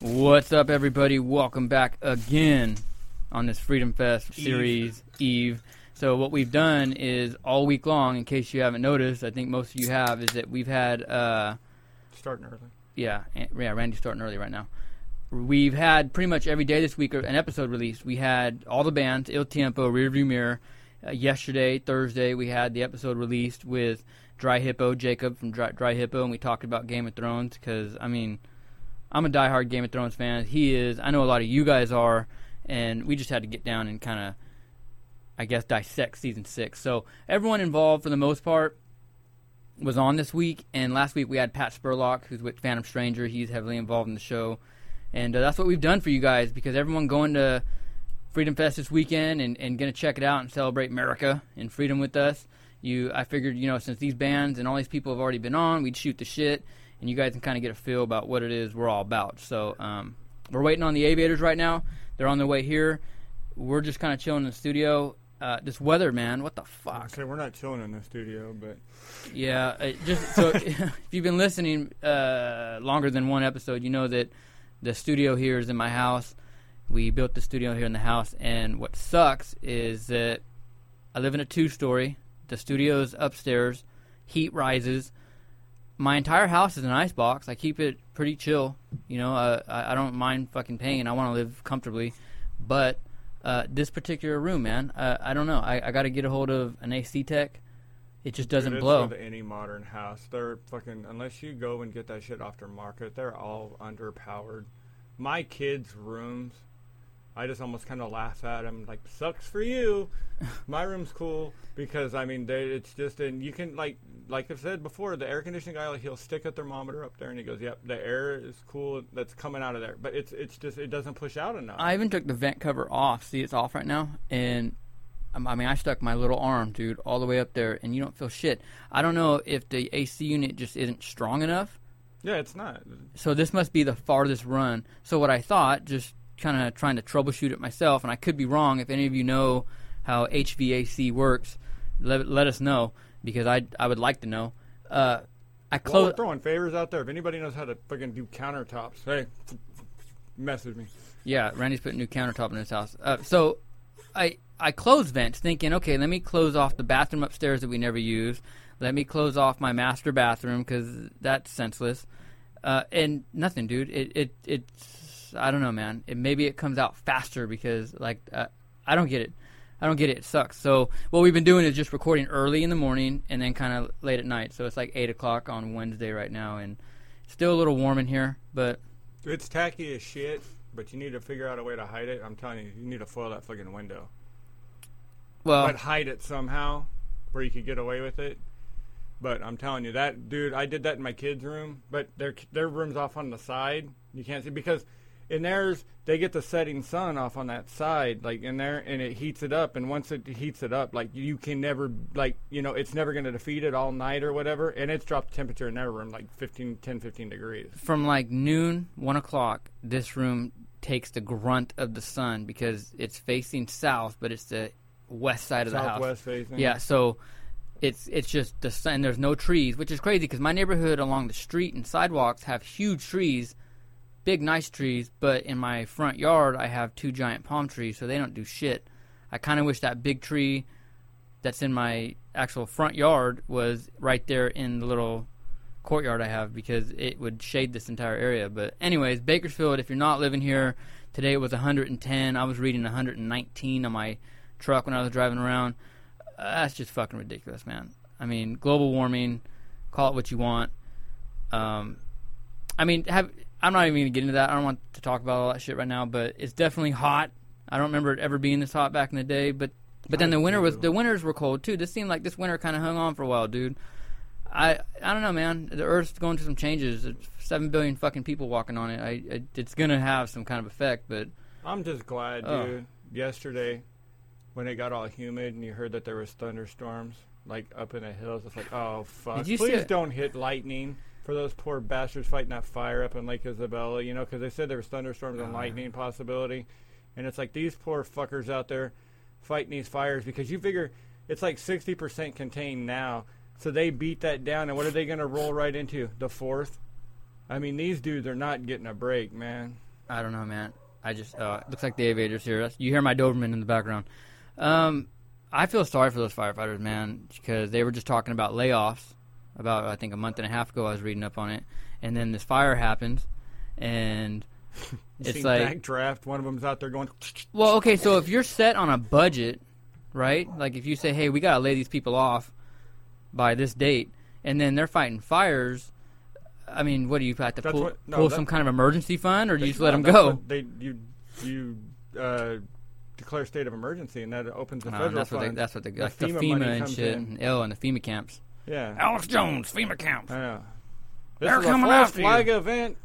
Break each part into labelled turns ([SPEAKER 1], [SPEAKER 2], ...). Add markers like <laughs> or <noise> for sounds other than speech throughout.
[SPEAKER 1] What's up, everybody? Welcome back again on this Freedom Fest series, Eve. So, what we've done is all week long, in case you haven't noticed, I think most of you have, is that we've had, uh,
[SPEAKER 2] Starting early.
[SPEAKER 1] yeah, and- yeah, Randy's starting early right now. We've had pretty much every day this week uh, an episode released. We had all the bands, Il Tiempo, Rearview Mirror. Uh, yesterday, Thursday, we had the episode released with Dry Hippo, Jacob from Dry, Dry Hippo, and we talked about Game of Thrones because, I mean, I'm a diehard Game of Thrones fan. He is. I know a lot of you guys are, and we just had to get down and kind of, I guess, dissect season six. So everyone involved, for the most part, was on this week. And last week we had Pat Spurlock, who's with Phantom Stranger. He's heavily involved in the show, and uh, that's what we've done for you guys because everyone going to Freedom Fest this weekend and, and going to check it out and celebrate America and freedom with us. You, I figured, you know, since these bands and all these people have already been on, we'd shoot the shit and you guys can kind of get a feel about what it is we're all about. So um, we're waiting on the aviators right now. They're on their way here. We're just kind of chilling in the studio. Uh, this weather, man, what the fuck?
[SPEAKER 2] Okay, we're not chilling in the studio, but
[SPEAKER 1] Yeah, it just so <laughs> if you've been listening uh, longer than one episode, you know that the studio here is in my house. We built the studio here in the house, and what sucks is that I live in a two-story. The studio's upstairs. Heat rises. My entire house is an ice box. I keep it pretty chill. You know, uh, I, I don't mind fucking paying. I want to live comfortably, but uh, this particular room, man, uh, I don't know. I, I got to get a hold of an AC tech. It just doesn't
[SPEAKER 2] Dude, it's
[SPEAKER 1] blow.
[SPEAKER 2] With any modern house, they're fucking unless you go and get that shit off their market, they're all underpowered. My kids' rooms, I just almost kind of laugh at them. Like, sucks
[SPEAKER 1] <laughs>
[SPEAKER 2] for you. My room's cool because I mean, they, it's just and you can like like I've said before, the air conditioning guy like, he'll stick a thermometer up there and he goes, "Yep, the air is cool that's coming out of there," but it's it's just it doesn't push out enough.
[SPEAKER 1] I even took the vent cover off. See, it's off right now, and um, I mean, I stuck my little arm, dude, all the way up there, and you don't feel shit. I don't know if the AC unit just isn't strong enough.
[SPEAKER 2] yeah, it's not.
[SPEAKER 1] So this must be the farthest run. So what I thought, just kind of trying to troubleshoot it myself, and I could be wrong. If any of you know how HVAC works, let, let us know because I I would like to know. Uh, I
[SPEAKER 2] Well,
[SPEAKER 1] close.
[SPEAKER 2] we're throwing favors out there. If anybody knows how to fucking do countertops, hey, message me.
[SPEAKER 1] Yeah, Randy's putting new countertop in his house. Uh, so I I close vents thinking, okay, let me close off the bathroom upstairs that we never use. Let me close off my master bathroom because that's senseless. Uh, and nothing, dude. It it it's I don't know, man. It, maybe it comes out faster because like uh, I don't get it. I don't get it. It sucks. So what we've been doing is just recording early in the morning and then kind of late at night. So it's like eight o'clock on Wednesday right now, and still a little warm in here, but
[SPEAKER 2] It's tacky as shit, but you need to figure out a way to hide it. I'm telling you, you need to foil that fucking window.
[SPEAKER 1] well,
[SPEAKER 2] But hide it somehow where you could get away with it. But I'm telling you, that dude, I did that in my kids' room, but their their room's off on the side. You can't see because in theirs they get the setting sun off on that side, like in there, and it heats it up. And once it heats it up, like you can never, like you know, it's never going to defeat it all night or whatever. And it's dropped temperature in their room like 15, 10, 15 degrees.
[SPEAKER 1] from like noon, one o'clock, this room takes the grunt of the sun because it's facing south, but it's the west side of the house.
[SPEAKER 2] Southwest facing.
[SPEAKER 1] Yeah, so it's it's just the sun. There's no trees, which is crazy because my neighborhood along the street and sidewalks have huge trees, big nice trees. But in my front yard, I have two giant palm trees, so they don't do shit. I kind of wish that big tree that's in my actual front yard was right there in the little courtyard I have because it would shade this entire area. But anyways, Bakersfield, if you're not living here, today it was 110. I was reading 119 on my truck when I was driving around. Uh, that's just fucking ridiculous, man. I mean, global warming, call it what you want. Um, I mean, have I'm not even going to get into that. I don't want to talk about all that shit right now, but it's definitely hot. I don't remember it ever being this hot back in the day, but but then the winter was the winters were cold too. This seemed like this winter kind of hung on for a while, dude. I I don't know, man. The Earth's going through some changes. It's Seven billion fucking people walking on it. I, I it's gonna have some kind of effect, but
[SPEAKER 2] I'm just glad,
[SPEAKER 1] Oh.
[SPEAKER 2] dude. Yesterday, when it got all humid and you heard that there was thunderstorms, like up in the hills, it's like, oh fuck!
[SPEAKER 1] Did you
[SPEAKER 2] Please
[SPEAKER 1] see-
[SPEAKER 2] don't hit lightning for those poor bastards fighting that fire up in Lake Isabella. You know, because they said there was thunderstorms
[SPEAKER 1] Ah.
[SPEAKER 2] and lightning possibility, and it's like these poor fuckers out there fighting these fires because you figure it's like 60% contained now. So they beat that down, and what are they going to roll right into? The fourth. I mean, these dudes are not getting a break, man.
[SPEAKER 1] I don't know, man. I just uh, looks like the aviators here. That's, you hear my Doberman in the background. Um, I feel sorry for those firefighters, man, because they were just talking about layoffs about I think a month and a half ago. I was reading up on it, and then this fire happens,
[SPEAKER 2] <laughs>
[SPEAKER 1] and it's
[SPEAKER 2] Seen
[SPEAKER 1] like,
[SPEAKER 2] Backdraft. One of them's out there going. <laughs>
[SPEAKER 1] well, okay, so if you're set on a budget, right? Like if you say, hey, we gotta lay these people off by this date, and then they're fighting fires. I mean, what do you have to
[SPEAKER 2] That's
[SPEAKER 1] pull,
[SPEAKER 2] what- no,
[SPEAKER 1] pull
[SPEAKER 2] that-
[SPEAKER 1] some kind of emergency fund, or do you just let them
[SPEAKER 2] That's
[SPEAKER 1] go?
[SPEAKER 2] what They you you uh, declare state of emergency, and that opens the
[SPEAKER 1] Uh,
[SPEAKER 2] federal
[SPEAKER 1] that's what they,
[SPEAKER 2] funds.
[SPEAKER 1] that's what they,
[SPEAKER 2] The
[SPEAKER 1] like the
[SPEAKER 2] FEMA
[SPEAKER 1] FEMA,
[SPEAKER 2] money
[SPEAKER 1] and
[SPEAKER 2] comes
[SPEAKER 1] shit,
[SPEAKER 2] in.
[SPEAKER 1] and, oh, and the FEMA camps.
[SPEAKER 2] yeah,
[SPEAKER 1] Alex Jones, FEMA camps.
[SPEAKER 2] I know. This
[SPEAKER 1] They're
[SPEAKER 2] is
[SPEAKER 1] coming
[SPEAKER 2] a false
[SPEAKER 1] after you.
[SPEAKER 2] flag event.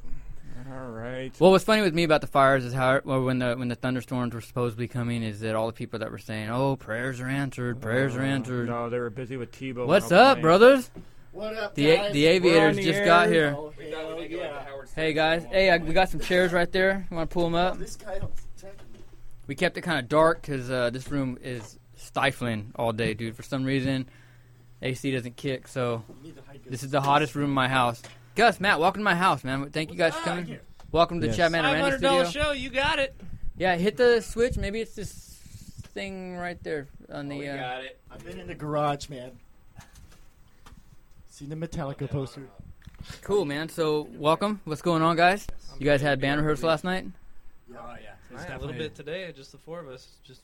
[SPEAKER 2] All right.
[SPEAKER 1] What was funny with me about the fires is how, well, when the when the thunderstorms were supposedly coming, is that all the people that were saying, "Oh, prayers are answered, prayers are answered."
[SPEAKER 2] Uh, Oh, No, they were busy with Tebow.
[SPEAKER 1] What's
[SPEAKER 2] on a
[SPEAKER 1] up,
[SPEAKER 2] plane.
[SPEAKER 1] brothers?
[SPEAKER 3] What up,
[SPEAKER 1] The
[SPEAKER 3] guys?
[SPEAKER 1] the aviators
[SPEAKER 2] the
[SPEAKER 1] just
[SPEAKER 2] air.
[SPEAKER 1] got here.
[SPEAKER 3] Oh, hell yeah.
[SPEAKER 1] Hey guys, hey, I, we got some chairs right there. You want to pull them up?
[SPEAKER 3] This guy helps protect me.
[SPEAKER 1] We kept it kind of dark because uh, this room is stifling all day, dude. For some reason, AC doesn't kick, so
[SPEAKER 3] You need to hide your-
[SPEAKER 1] This is the hottest room in my house. Gus, Matt, welcome to my house, man. Thank you guys for coming. Welcome to the
[SPEAKER 4] Yes.
[SPEAKER 1] Chapman and Randy studio.
[SPEAKER 5] show. You got it.
[SPEAKER 1] Yeah, hit the switch. Maybe it's this thing right there on
[SPEAKER 4] Oh,
[SPEAKER 1] the.
[SPEAKER 5] We
[SPEAKER 1] Uh,
[SPEAKER 5] got it.
[SPEAKER 3] I've been in the garage, man. Seen the Metallica poster.
[SPEAKER 1] cool, man. So welcome. What's going on, guys? You guys had band rehearsal last night.
[SPEAKER 3] Oh, yeah.
[SPEAKER 5] It's a little bit today. Just the four of us just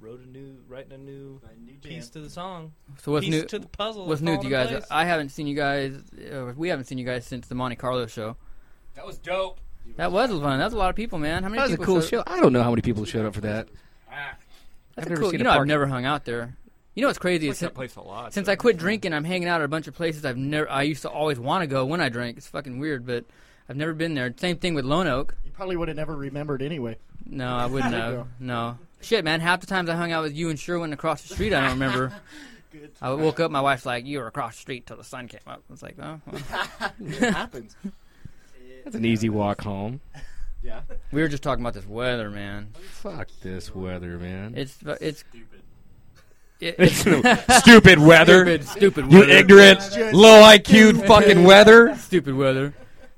[SPEAKER 5] wrote a new, writing a new
[SPEAKER 3] My new
[SPEAKER 5] piece
[SPEAKER 3] band.
[SPEAKER 5] to the song,
[SPEAKER 1] So what's
[SPEAKER 5] piece
[SPEAKER 1] new?
[SPEAKER 5] to the puzzle.
[SPEAKER 1] What's
[SPEAKER 5] that's
[SPEAKER 1] new with you
[SPEAKER 5] falling
[SPEAKER 1] guys?
[SPEAKER 5] in place.
[SPEAKER 1] I haven't seen you guys. Uh, we haven't seen you guys since the Monte Carlo show.
[SPEAKER 5] that was dope.
[SPEAKER 1] That was fun. That was a lot of people, man. How many?
[SPEAKER 4] That was a
[SPEAKER 1] people
[SPEAKER 4] cool
[SPEAKER 1] showed-
[SPEAKER 4] show. I don't know how many people showed up for that.
[SPEAKER 1] That's
[SPEAKER 4] I've
[SPEAKER 1] a
[SPEAKER 4] never
[SPEAKER 1] cool.
[SPEAKER 4] seen
[SPEAKER 1] You
[SPEAKER 4] a
[SPEAKER 1] know, I've
[SPEAKER 4] party.
[SPEAKER 1] never hung out there. You know what's crazy?
[SPEAKER 2] Like
[SPEAKER 1] is
[SPEAKER 2] that place a lot.
[SPEAKER 1] Since
[SPEAKER 2] so-
[SPEAKER 1] I quit drinking, I'm hanging out at a bunch of places I've never. I used to always want to go when I drank. It's fucking weird, but I've never been there. Same thing with Lone Oak.
[SPEAKER 3] You probably would have never remembered anyway.
[SPEAKER 1] <laughs> No, I wouldn't
[SPEAKER 3] There you
[SPEAKER 1] have. No. Shit, man. Half the times I hung out with you and Sherwin across the street, I don't remember.
[SPEAKER 3] <laughs> Good.
[SPEAKER 1] I woke up, my wife's like, "You were across the street till the sun came up." I was like, "Oh."
[SPEAKER 4] <laughs>
[SPEAKER 1] well.
[SPEAKER 3] it happens.
[SPEAKER 4] That's an easy walk home.
[SPEAKER 3] Yeah.
[SPEAKER 1] We were just talking about this weather, man.
[SPEAKER 4] Fuck this weather, man.
[SPEAKER 1] It's it's
[SPEAKER 3] Stupid.
[SPEAKER 1] it,
[SPEAKER 4] <laughs> It's
[SPEAKER 1] it's <laughs>
[SPEAKER 4] stupid weather.
[SPEAKER 1] stupid, stupid
[SPEAKER 4] You
[SPEAKER 1] weather.
[SPEAKER 4] ignorant, low IQ fucking weather.
[SPEAKER 1] Stupid weather.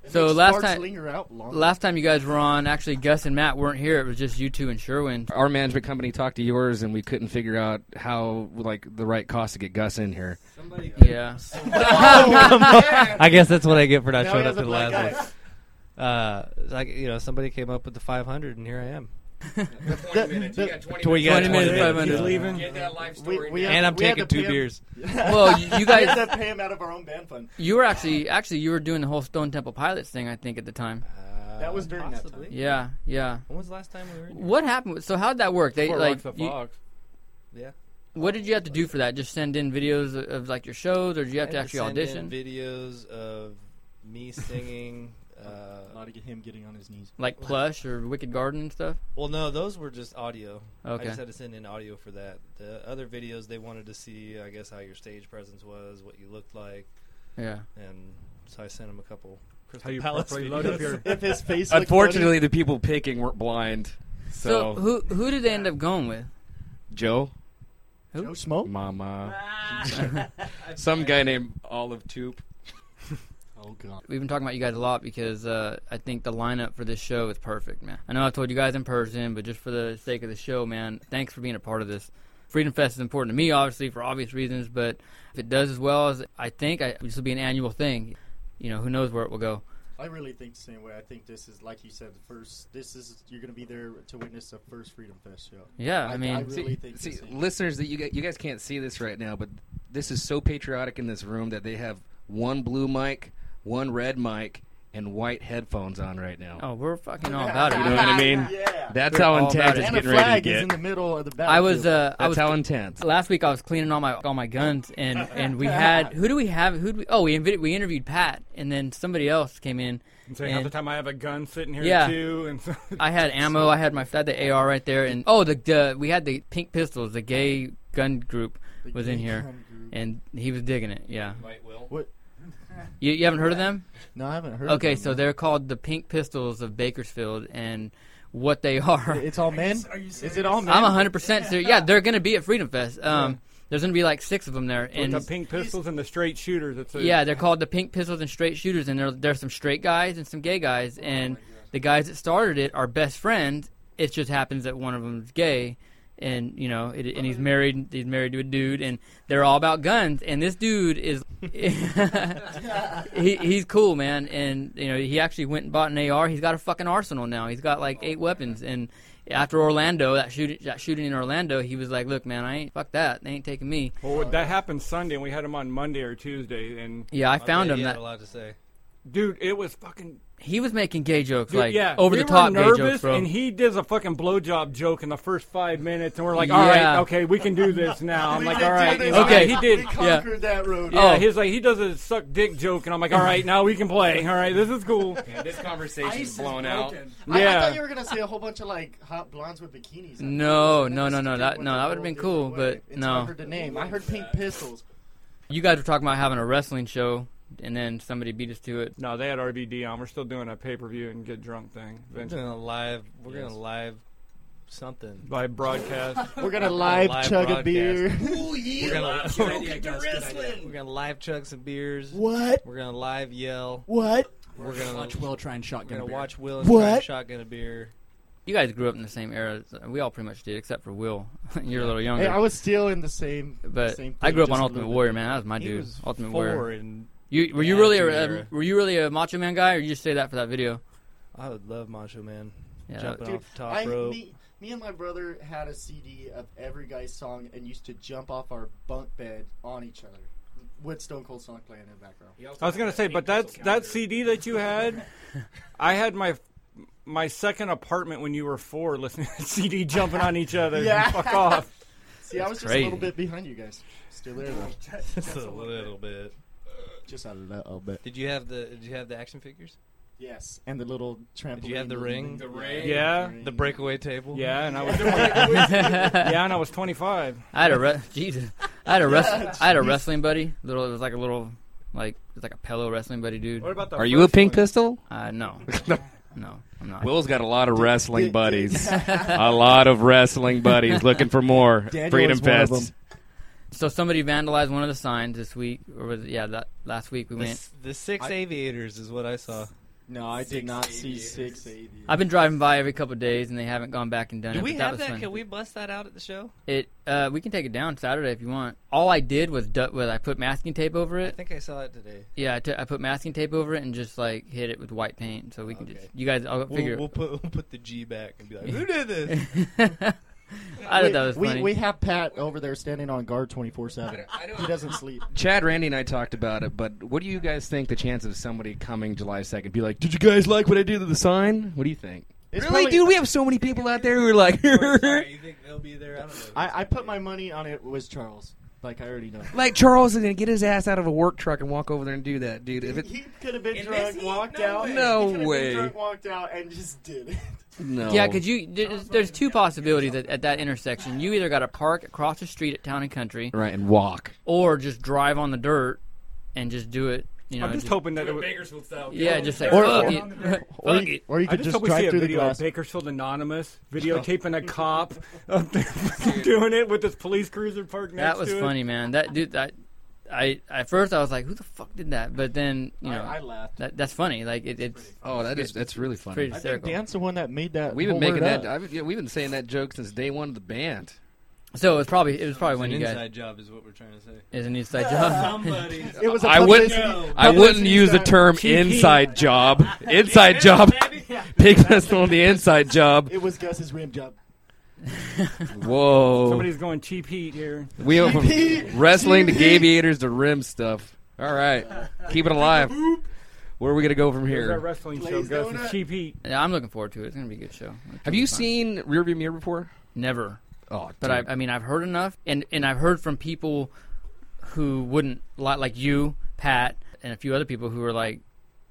[SPEAKER 1] So
[SPEAKER 3] Makes
[SPEAKER 1] last
[SPEAKER 3] farts
[SPEAKER 1] time,
[SPEAKER 3] linger out long.
[SPEAKER 1] last time you guys were on, actually Gus and Matt weren't here. It was just you two and Sherwin.
[SPEAKER 4] Our management company talked to yours, and we couldn't figure out how like the right cost to get Gus in here.
[SPEAKER 1] Yeah.
[SPEAKER 6] <laughs> I guess that's what I get for not
[SPEAKER 3] Now he
[SPEAKER 6] showing
[SPEAKER 3] has
[SPEAKER 6] up
[SPEAKER 3] a
[SPEAKER 6] to the
[SPEAKER 3] black
[SPEAKER 6] last one. Uh, it's like you know, somebody came up with the 500, and here I am.
[SPEAKER 3] The- the-
[SPEAKER 6] Twenty, you got
[SPEAKER 1] 20 minutes, 500.
[SPEAKER 2] He's leaving.
[SPEAKER 3] we, we had-
[SPEAKER 6] and I'm
[SPEAKER 3] we had to
[SPEAKER 6] taking two
[SPEAKER 3] pay him- <laughs>
[SPEAKER 6] beers.
[SPEAKER 1] Well, you- you
[SPEAKER 3] We
[SPEAKER 1] guys,
[SPEAKER 3] had to pay him out of our own band fund.
[SPEAKER 1] You were actually actually you were doing the whole Stone Temple Pilots thing, I think, at the time.
[SPEAKER 3] That was during that
[SPEAKER 6] possibly.
[SPEAKER 1] Yeah, yeah.
[SPEAKER 6] When was the last time we were? in here?
[SPEAKER 1] What happened? with- So how'd that work? They
[SPEAKER 2] Poor
[SPEAKER 1] like,
[SPEAKER 2] Rox the
[SPEAKER 1] you-
[SPEAKER 2] Fox.
[SPEAKER 1] what did you have to do for that? Just send in videos of, of, like your shows, or did you have to
[SPEAKER 6] I had
[SPEAKER 1] actually
[SPEAKER 6] send in
[SPEAKER 1] audition?
[SPEAKER 6] videos of
[SPEAKER 1] <laughs>
[SPEAKER 6] me singing.
[SPEAKER 3] A
[SPEAKER 6] uh,
[SPEAKER 3] lot of him getting on his knees.
[SPEAKER 1] like Plush or Wicked Garden and stuff.
[SPEAKER 6] well, no, those were just audio. I
[SPEAKER 1] Okay.
[SPEAKER 6] just had to send in audio for that. The other videos they wanted to see, I guess, how your stage presence was, what you looked like,
[SPEAKER 1] Yeah.
[SPEAKER 6] and so I sent them a couple. Crystal
[SPEAKER 2] How you
[SPEAKER 6] Palace
[SPEAKER 2] properly load up
[SPEAKER 6] videos.
[SPEAKER 2] your
[SPEAKER 3] If his face looked
[SPEAKER 4] Unfortunately, the people picking weren't blind.
[SPEAKER 1] So,
[SPEAKER 4] So,
[SPEAKER 1] who who did they end up going with?
[SPEAKER 4] Joe,
[SPEAKER 3] funny- no smoke.
[SPEAKER 4] Mama,
[SPEAKER 1] <laughs>
[SPEAKER 4] some guy named Olive Toop.
[SPEAKER 3] Oh god.
[SPEAKER 1] We've been talking about you guys a lot because uh, I think the lineup for this show is perfect, man. I know I told you guys in person, but just for the sake of the show, man, thanks for being a part of this. Freedom Fest is important to me, obviously, for obvious reasons, but if it does as well as I think, I, this will be an annual thing. You know, who knows where it will go.
[SPEAKER 3] I really think the same way. I think this is, like you said, the first. This is you're going to be there to witness the first Freedom Fest show.
[SPEAKER 1] Yeah, I,
[SPEAKER 3] I,
[SPEAKER 1] mean,
[SPEAKER 3] I really think.
[SPEAKER 4] See,
[SPEAKER 3] the same.
[SPEAKER 4] listeners, that you guys, you guys can't see this right now, but this is so patriotic in this room that they have one blue mic, one red mic, and white headphones on right now.
[SPEAKER 1] oh, we're fucking all about it.
[SPEAKER 4] <laughs> You know what I mean?
[SPEAKER 3] <laughs> Yeah.
[SPEAKER 4] That's
[SPEAKER 1] They're
[SPEAKER 4] how
[SPEAKER 1] all about
[SPEAKER 4] intense
[SPEAKER 1] it.
[SPEAKER 4] it's
[SPEAKER 3] and a
[SPEAKER 4] getting ready
[SPEAKER 3] flag
[SPEAKER 4] to
[SPEAKER 3] is
[SPEAKER 4] get.
[SPEAKER 3] in the middle of the battlefield.
[SPEAKER 1] I was, uh, I
[SPEAKER 4] That's
[SPEAKER 1] was
[SPEAKER 4] how intense.
[SPEAKER 1] last week. I was cleaning all my all my guns, and and we had who do we have? Who do we? Oh, we invited, we interviewed Pat, and then somebody else came in.
[SPEAKER 2] And say half
[SPEAKER 1] And-
[SPEAKER 2] the time I have a gun sitting here
[SPEAKER 1] Yeah.
[SPEAKER 2] too, and <laughs> so,
[SPEAKER 1] I had ammo. I had my I had the AR right there, and oh, the, the we had the pink pistols. The gay gun group
[SPEAKER 3] The
[SPEAKER 1] was in
[SPEAKER 3] gay
[SPEAKER 1] here,
[SPEAKER 3] gun group.
[SPEAKER 1] and he was digging it. Yeah,
[SPEAKER 3] What?
[SPEAKER 1] you, you haven't heard of them?
[SPEAKER 3] No, I haven't heard. of
[SPEAKER 1] Okay,
[SPEAKER 3] them,
[SPEAKER 1] so
[SPEAKER 3] man.
[SPEAKER 1] they're called the Pink Pistols of Bakersfield, and what they <laughs> are.
[SPEAKER 3] It's all men. Are you, is it all men?
[SPEAKER 1] I'm 100 percent serious. Yeah, they're gonna be at Freedom Fest. Um, there's gonna be like six of them there,
[SPEAKER 2] with
[SPEAKER 1] and
[SPEAKER 2] the pink pistols and the straight shooters. It's a,
[SPEAKER 6] Oh
[SPEAKER 1] Yeah, they're called the Pink Pistols and Straight Shooters, and there there's some straight guys and some gay guys, and the guys that started it are best friends. It just happens that one of them's gay, and you know, it, and he's married. He's married to a dude, and they're all about guns. And this dude is, <laughs> he, he's cool, man. And you know, he actually went and bought an AR. He's got a fucking arsenal now. He's got like
[SPEAKER 6] Oh,
[SPEAKER 1] eight weapons. And after Orlando, that shooting, that shooting in Orlando, he was like, "Look, man, I ain't fuck that. They ain't taking me."
[SPEAKER 2] Well, that happened Sunday, and we had him on Monday or Tuesday, and
[SPEAKER 1] Yeah, I
[SPEAKER 6] My
[SPEAKER 1] found
[SPEAKER 6] bad,
[SPEAKER 1] him.
[SPEAKER 6] He had
[SPEAKER 1] That
[SPEAKER 6] a lot to say.
[SPEAKER 2] dude, it was fucking
[SPEAKER 1] he was making gay jokes,
[SPEAKER 2] Dude,
[SPEAKER 1] like
[SPEAKER 2] yeah,
[SPEAKER 1] over
[SPEAKER 2] we
[SPEAKER 1] the top
[SPEAKER 2] were
[SPEAKER 1] gay
[SPEAKER 2] nervous,
[SPEAKER 1] jokes, bro.
[SPEAKER 2] And he does a fucking blowjob joke in the first five minutes, and we're like, all
[SPEAKER 1] Yeah.
[SPEAKER 2] right, okay, we can do this now. I'm
[SPEAKER 3] We
[SPEAKER 2] like,
[SPEAKER 3] did
[SPEAKER 2] all
[SPEAKER 3] do
[SPEAKER 2] right,
[SPEAKER 3] this.
[SPEAKER 1] Okay.
[SPEAKER 2] he did.
[SPEAKER 3] We
[SPEAKER 1] yeah.
[SPEAKER 3] conquered that road.
[SPEAKER 2] Yeah,
[SPEAKER 1] Oh.
[SPEAKER 2] he's like, he does a suck dick joke, and I'm like, all right, now we can play. All right, this is cool.
[SPEAKER 4] Yeah, this
[SPEAKER 3] Ice
[SPEAKER 4] conversation's
[SPEAKER 3] is
[SPEAKER 4] blown out.
[SPEAKER 3] broken. I, I
[SPEAKER 2] Yeah.
[SPEAKER 3] thought you were gonna say a whole bunch of like hot blondes with bikinis. on.
[SPEAKER 1] No,
[SPEAKER 3] That
[SPEAKER 1] no,
[SPEAKER 3] was
[SPEAKER 1] no, no,
[SPEAKER 3] a
[SPEAKER 1] that-
[SPEAKER 3] different-
[SPEAKER 1] no, that would've
[SPEAKER 3] whole
[SPEAKER 1] been
[SPEAKER 3] different
[SPEAKER 1] cool,
[SPEAKER 3] way.
[SPEAKER 1] but
[SPEAKER 3] It's-
[SPEAKER 1] no.
[SPEAKER 3] I heard the name. I heard Pink Pistols.
[SPEAKER 1] you guys were talking about having a wrestling show, and then somebody beat us to it.
[SPEAKER 2] No, they had RVD on. We're still doing a pay per view and get drunk thing.
[SPEAKER 6] We're
[SPEAKER 2] Then
[SPEAKER 6] doing a live. We're
[SPEAKER 7] Yes.
[SPEAKER 6] gonna live something.
[SPEAKER 2] by broadcast.
[SPEAKER 1] <laughs>
[SPEAKER 3] We're gonna live
[SPEAKER 6] live Live
[SPEAKER 3] chug
[SPEAKER 6] chug
[SPEAKER 3] a
[SPEAKER 6] a broadcast.
[SPEAKER 3] beer.
[SPEAKER 6] beer.
[SPEAKER 8] Ooh, yeah.
[SPEAKER 6] We're gonna-
[SPEAKER 8] Good
[SPEAKER 6] <laughs>
[SPEAKER 8] idea, guys, good idea.
[SPEAKER 6] We're gonna live chug some beers.
[SPEAKER 8] What?
[SPEAKER 6] We're gonna live yell.
[SPEAKER 8] What?
[SPEAKER 6] We're gonna
[SPEAKER 8] watch Will try and
[SPEAKER 6] We're
[SPEAKER 8] shotgun
[SPEAKER 6] gonna
[SPEAKER 8] a beer.
[SPEAKER 6] watch Will and try and
[SPEAKER 8] What?
[SPEAKER 6] shotgun a beer.
[SPEAKER 1] You guys grew up in the same era. as- uh, We all pretty much did, except for Will. <laughs> You're a little younger.
[SPEAKER 3] Hey, I was still in the same.
[SPEAKER 1] but
[SPEAKER 3] same thing,
[SPEAKER 1] I grew up
[SPEAKER 3] just
[SPEAKER 1] on
[SPEAKER 3] a
[SPEAKER 1] Ultimate
[SPEAKER 3] little bit.
[SPEAKER 1] Warrior, man. That was my
[SPEAKER 6] he
[SPEAKER 1] dude.
[SPEAKER 6] was
[SPEAKER 1] Ultimate
[SPEAKER 6] four
[SPEAKER 1] Warrior.
[SPEAKER 6] and
[SPEAKER 1] You were you
[SPEAKER 6] Yeah,
[SPEAKER 1] really
[SPEAKER 6] Ultimate
[SPEAKER 1] a,
[SPEAKER 6] Warrior.
[SPEAKER 1] were you really a Macho Man guy, or you just say that for that video?
[SPEAKER 6] I would love Macho Man
[SPEAKER 1] Yeah.
[SPEAKER 6] jumping
[SPEAKER 3] Dude,
[SPEAKER 6] off the top
[SPEAKER 3] I,
[SPEAKER 6] rope. <laughs>
[SPEAKER 3] me, me and my brother had a CD of every guy's song and used to jump off our bunk bed on each other with Stone Cold Sonic playing in the background.
[SPEAKER 2] I was gonna say, but that's that CD that you <laughs> had, I had my my second apartment when you were four, listening to <laughs> CD jumping on each other.
[SPEAKER 3] Yeah.
[SPEAKER 2] fuck off.
[SPEAKER 3] See, I was just a
[SPEAKER 1] crazy.
[SPEAKER 3] little bit behind you guys. Still there though,
[SPEAKER 6] Just a little bit.
[SPEAKER 3] just a little bit.
[SPEAKER 6] Did you have the Did you have the action figures?
[SPEAKER 3] Yes, and the little trampoline.
[SPEAKER 6] you have the ring? The
[SPEAKER 8] ring.
[SPEAKER 2] Yeah.
[SPEAKER 8] Mm.
[SPEAKER 6] The breakaway
[SPEAKER 2] <laughs>
[SPEAKER 6] table.
[SPEAKER 2] Yeah, and I was yeah, and I was 25.
[SPEAKER 1] <laughs> I had a re- Jesus. I had a wrest- I had a wrestling buddy. Little, it was like a little, like it was like a pillow wrestling buddy, dude.
[SPEAKER 2] What about the
[SPEAKER 4] Are you a
[SPEAKER 2] first
[SPEAKER 4] pink
[SPEAKER 2] one?
[SPEAKER 4] pistol?
[SPEAKER 1] Uh, no, no, I'm not.
[SPEAKER 4] Will's got
[SPEAKER 3] <laughs>
[SPEAKER 4] a lot of wrestling buddies. <laughs> a lot of wrestling buddies looking for more.
[SPEAKER 3] Daniel
[SPEAKER 4] Freedom
[SPEAKER 3] is one of
[SPEAKER 4] Fest.
[SPEAKER 1] So somebody vandalized one of the signs this week, or was it, yeah, that last week we
[SPEAKER 6] The,
[SPEAKER 1] went.
[SPEAKER 6] s- the six
[SPEAKER 3] I-
[SPEAKER 6] aviators is what I saw.
[SPEAKER 3] <laughs> No, I did
[SPEAKER 8] Six
[SPEAKER 3] not see
[SPEAKER 8] aviators.
[SPEAKER 3] six eighty.
[SPEAKER 1] I've been driving by every couple of days, and they haven't gone back and done
[SPEAKER 6] Do
[SPEAKER 1] it.
[SPEAKER 6] we
[SPEAKER 1] but that
[SPEAKER 6] have
[SPEAKER 1] was
[SPEAKER 6] that?
[SPEAKER 1] fun.
[SPEAKER 6] Can we bust that out at the show?
[SPEAKER 1] It uh, we can take it down Saturday if you want. All I did was du- was I put masking tape over
[SPEAKER 6] I
[SPEAKER 1] it.
[SPEAKER 6] think I saw it today.
[SPEAKER 1] Yeah, I, t- I put masking tape over it and just like hit it with white paint, so we can
[SPEAKER 6] Okay.
[SPEAKER 1] just you guys. I'll
[SPEAKER 6] We'll,
[SPEAKER 1] figure. <laughs>
[SPEAKER 6] we'll put we'll put the G back and be like, who did this?
[SPEAKER 1] I thought that was
[SPEAKER 3] we,
[SPEAKER 1] funny.
[SPEAKER 3] we have Pat over there standing on guard twenty four seven. He doesn't sleep.
[SPEAKER 4] Chad, Randy, and I talked about it, but what do you guys think the chance of somebody coming July 2nd be like, did you guys like what I did to the sign? What do you think?
[SPEAKER 3] It's
[SPEAKER 4] really,
[SPEAKER 3] probably-
[SPEAKER 4] dude? We have so many people out there who are like, <laughs>
[SPEAKER 6] you think they'll be there? I don't know.
[SPEAKER 3] I, I put my money on it was Charles. Like I
[SPEAKER 8] <laughs>
[SPEAKER 3] already know.
[SPEAKER 4] like Charles is going to get his ass out of a work truck and walk over there and do that, dude. If it,
[SPEAKER 3] He could have been
[SPEAKER 8] And
[SPEAKER 3] drunk,
[SPEAKER 8] Missy?
[SPEAKER 3] walked
[SPEAKER 8] No
[SPEAKER 3] out.
[SPEAKER 8] way.
[SPEAKER 4] No
[SPEAKER 3] he could've been
[SPEAKER 4] way.
[SPEAKER 3] drunk, walked out, and just did it.
[SPEAKER 4] no.
[SPEAKER 1] Yeah, because you there's, there's two possibilities at, at that intersection. You either got to park across the street at Town and Country,
[SPEAKER 4] Right, and walk.
[SPEAKER 1] or just drive on the dirt and just do it. You know,
[SPEAKER 2] I'm just
[SPEAKER 1] just-
[SPEAKER 2] hoping that it
[SPEAKER 8] Do a
[SPEAKER 2] would,
[SPEAKER 8] Bakersfield style.
[SPEAKER 1] Yeah, just like
[SPEAKER 3] Or-
[SPEAKER 1] fuck
[SPEAKER 3] or-
[SPEAKER 1] it. <laughs>
[SPEAKER 3] Or
[SPEAKER 1] Fuck
[SPEAKER 3] you,
[SPEAKER 1] it.
[SPEAKER 3] or you
[SPEAKER 2] I
[SPEAKER 3] could
[SPEAKER 2] just
[SPEAKER 3] just,
[SPEAKER 2] hope we see
[SPEAKER 3] drive
[SPEAKER 2] a
[SPEAKER 3] through the
[SPEAKER 2] video of
[SPEAKER 3] glass.
[SPEAKER 2] Bakersfield Anonymous videotaping a cop up there doing it with this police cruiser parked next
[SPEAKER 1] That was
[SPEAKER 2] to it.
[SPEAKER 1] funny, man. That dude, that I at first I was like, who the fuck did that? But then you know,
[SPEAKER 3] I, I laughed.
[SPEAKER 1] that, that's funny. Like it, it's
[SPEAKER 4] Oh, that is that's really funny.
[SPEAKER 1] pretty
[SPEAKER 3] I think
[SPEAKER 1] hysterical.
[SPEAKER 3] Dan's the one that made that.
[SPEAKER 4] We've been
[SPEAKER 3] whole
[SPEAKER 4] making
[SPEAKER 3] word
[SPEAKER 4] that.
[SPEAKER 3] up.
[SPEAKER 4] I've, yeah, we've been saying that joke since day one of the band.
[SPEAKER 1] So it was probably it was probably when
[SPEAKER 6] an
[SPEAKER 1] you
[SPEAKER 6] inside
[SPEAKER 1] guys
[SPEAKER 6] job is what we're trying to say.
[SPEAKER 1] is an <laughs> inside
[SPEAKER 6] <laughs>
[SPEAKER 1] job.
[SPEAKER 6] Somebody.
[SPEAKER 1] <laughs>
[SPEAKER 3] It was. a
[SPEAKER 4] I wouldn't-
[SPEAKER 3] publicity-
[SPEAKER 4] I wouldn't
[SPEAKER 3] publicity
[SPEAKER 4] use the
[SPEAKER 3] stunt.
[SPEAKER 4] term inside job.
[SPEAKER 3] <laughs>
[SPEAKER 4] Inside job.
[SPEAKER 1] <laughs>
[SPEAKER 6] <laughs>
[SPEAKER 4] Pig Festival, the inside job.
[SPEAKER 3] It was Gus's rim job.
[SPEAKER 4] Whoa.
[SPEAKER 2] Somebody's going cheap heat here.
[SPEAKER 4] We went
[SPEAKER 3] GP.
[SPEAKER 4] from
[SPEAKER 3] <laughs>
[SPEAKER 4] wrestling to aviators to rim stuff. All right. Keep it alive. Where are we going to go from
[SPEAKER 2] Here's our
[SPEAKER 4] here?
[SPEAKER 2] wrestling show,
[SPEAKER 3] Please
[SPEAKER 2] Gus.
[SPEAKER 3] don't
[SPEAKER 2] It's
[SPEAKER 3] it.
[SPEAKER 2] cheap heat.
[SPEAKER 1] yeah, I'm looking forward to it. It's gonna be a good show. It's
[SPEAKER 4] Have
[SPEAKER 1] gonna be
[SPEAKER 4] you
[SPEAKER 1] fun.
[SPEAKER 4] seen Rearview Mirror before?
[SPEAKER 1] Never,
[SPEAKER 4] Oh,
[SPEAKER 1] but I, I mean I've heard enough, and and I've heard from people who wouldn't like like you, Pat, and a few other people who are like,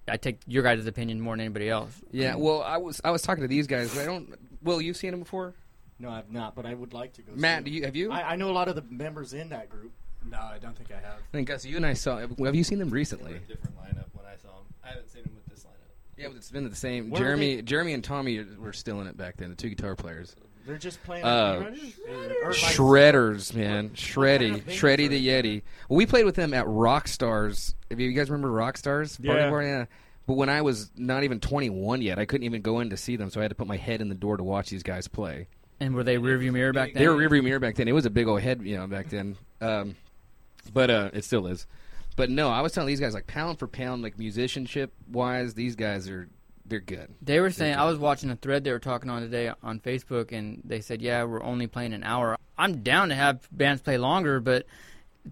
[SPEAKER 1] I take your guys' opinion more than anybody else.
[SPEAKER 4] Yeah, well, I was I was talking to these guys. I don't. Will you've seen them before?
[SPEAKER 3] No, I've not, but I would like to go.
[SPEAKER 4] Matt, do
[SPEAKER 3] see it.
[SPEAKER 4] you have you?
[SPEAKER 3] I, I know a lot of the members in that group.
[SPEAKER 8] No, I don't think I have.
[SPEAKER 4] I think Gus, you and I saw. Have you seen them recently?
[SPEAKER 6] different lineup when I saw him. I haven't seen him with this lineup.
[SPEAKER 4] Yeah, but it's been the same.
[SPEAKER 3] Where are
[SPEAKER 4] Jeremy,
[SPEAKER 3] they-
[SPEAKER 4] Jeremy, and Tommy were still in it back then. The two guitar players,
[SPEAKER 3] They're just playing.
[SPEAKER 4] Uh,
[SPEAKER 3] Shredder. Or like-
[SPEAKER 4] Shredders, man,
[SPEAKER 3] kind
[SPEAKER 4] Shreddy,
[SPEAKER 3] of thing
[SPEAKER 4] Shreddy
[SPEAKER 3] is
[SPEAKER 4] the Yeti. Well, we played with them at Rockstars. If you guys remember Rockstars, Party
[SPEAKER 2] Yeah.
[SPEAKER 4] Bar? yeah. But when I was not even 21 yet, I couldn't even go in to see them, so I had to put my head in the door to watch these guys play.
[SPEAKER 1] And were they rearview mirror back then?
[SPEAKER 4] They were rearview mirror back then. It was a big old head, you know, back then. Um, but uh, it still is. But no, I was telling these guys like pound for pound, like musicianship wise, these guys are they're good.
[SPEAKER 1] They were saying I was watching a thread they were talking on today on Facebook, and they said, "Yeah, we're only playing an hour." I'm down to have bands play longer, but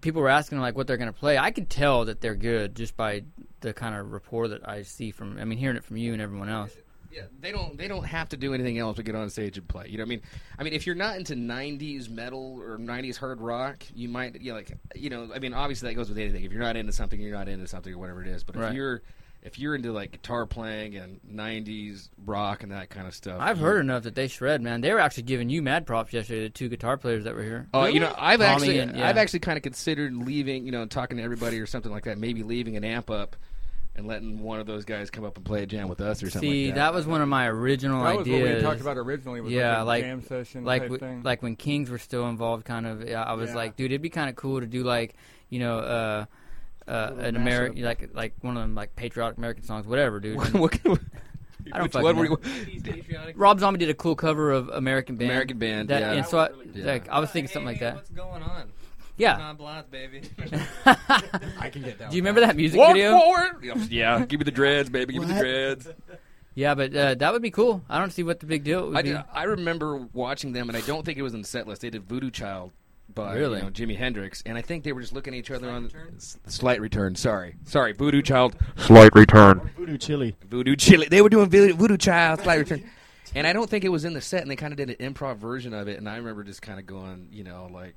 [SPEAKER 1] people were asking like what they're going to play. I could tell that they're good just by the kind of rapport that I see from. I mean, hearing it from you and everyone else.
[SPEAKER 4] Yeah, they don't they don't have to do anything else but get on stage and play. You know, what I mean, I mean, if you're not into '90s metal or '90s hard rock, you might, you know, like, you know, I mean, obviously that goes with anything. If you're not into something, you're not into something or whatever it is. But if
[SPEAKER 1] Right.
[SPEAKER 4] you're if you're into like guitar playing and '90s rock and that kind of stuff,
[SPEAKER 1] I've
[SPEAKER 4] you-
[SPEAKER 1] heard enough that they shred, man. They were actually giving you mad props yesterday. The two guitar players that were here.
[SPEAKER 4] Oh, you know, I've
[SPEAKER 1] Tommy
[SPEAKER 4] actually,
[SPEAKER 1] and- yeah.
[SPEAKER 4] I've actually kind of considered leaving. You know, talking to everybody or something like that. Maybe leaving an amp up and letting one of those guys come up and play a jam with us or something.
[SPEAKER 1] See,
[SPEAKER 4] like
[SPEAKER 1] that was one of my original
[SPEAKER 2] That was
[SPEAKER 1] ideas.
[SPEAKER 2] what we talked about originally. Was
[SPEAKER 1] Oh, Yeah,
[SPEAKER 2] like
[SPEAKER 1] like-
[SPEAKER 2] a jam session
[SPEAKER 1] like
[SPEAKER 2] type
[SPEAKER 1] w-
[SPEAKER 2] thing.
[SPEAKER 1] like when Kings were still involved, kind of. yeah, I was
[SPEAKER 6] Yeah.
[SPEAKER 1] like, dude, it'd be kind of cool to do like you know uh, uh,
[SPEAKER 9] Little
[SPEAKER 1] an American like like one of them like patriotic American songs, whatever, dude.
[SPEAKER 4] <laughs> What- what kind of-
[SPEAKER 1] I don't
[SPEAKER 4] which
[SPEAKER 1] fucking
[SPEAKER 4] one were
[SPEAKER 1] know.
[SPEAKER 4] <laughs> you-
[SPEAKER 1] Rob Zombie did a cool cover of American Band.
[SPEAKER 4] American Band,
[SPEAKER 1] That,
[SPEAKER 4] yeah.
[SPEAKER 1] And
[SPEAKER 4] That
[SPEAKER 1] so I,
[SPEAKER 6] was really
[SPEAKER 4] cool.
[SPEAKER 1] like, I was thinking something like that. Ah.
[SPEAKER 10] What's going on?
[SPEAKER 1] Yeah.
[SPEAKER 10] Not blonde, baby.
[SPEAKER 1] <laughs>
[SPEAKER 6] I can get that.
[SPEAKER 1] Do you
[SPEAKER 6] one
[SPEAKER 1] remember
[SPEAKER 6] back.
[SPEAKER 1] that music video?
[SPEAKER 4] forward. Yeah, give me the dreads, baby. Give me the
[SPEAKER 1] What?
[SPEAKER 4] dreads.
[SPEAKER 1] Yeah, but uh, that would be cool. I don't see what the big deal would
[SPEAKER 4] I,
[SPEAKER 1] be.
[SPEAKER 4] do- I remember watching them, and I don't think it was in the set list. They did Voodoo Child by you
[SPEAKER 1] Really?
[SPEAKER 4] know, Jimi Hendrix, and I think they were just looking at each other on
[SPEAKER 10] Return?
[SPEAKER 4] S- slight return. Sorry, sorry, Voodoo Child,
[SPEAKER 3] Slight return.
[SPEAKER 9] Voodoo chili.
[SPEAKER 4] Voodoo Chili. They were doing Voodoo, Voodoo Child,
[SPEAKER 3] <laughs>
[SPEAKER 4] slight return. And I don't think it was in the set, and they kind of did an improv version of it. And I remember just kind of going, you know, like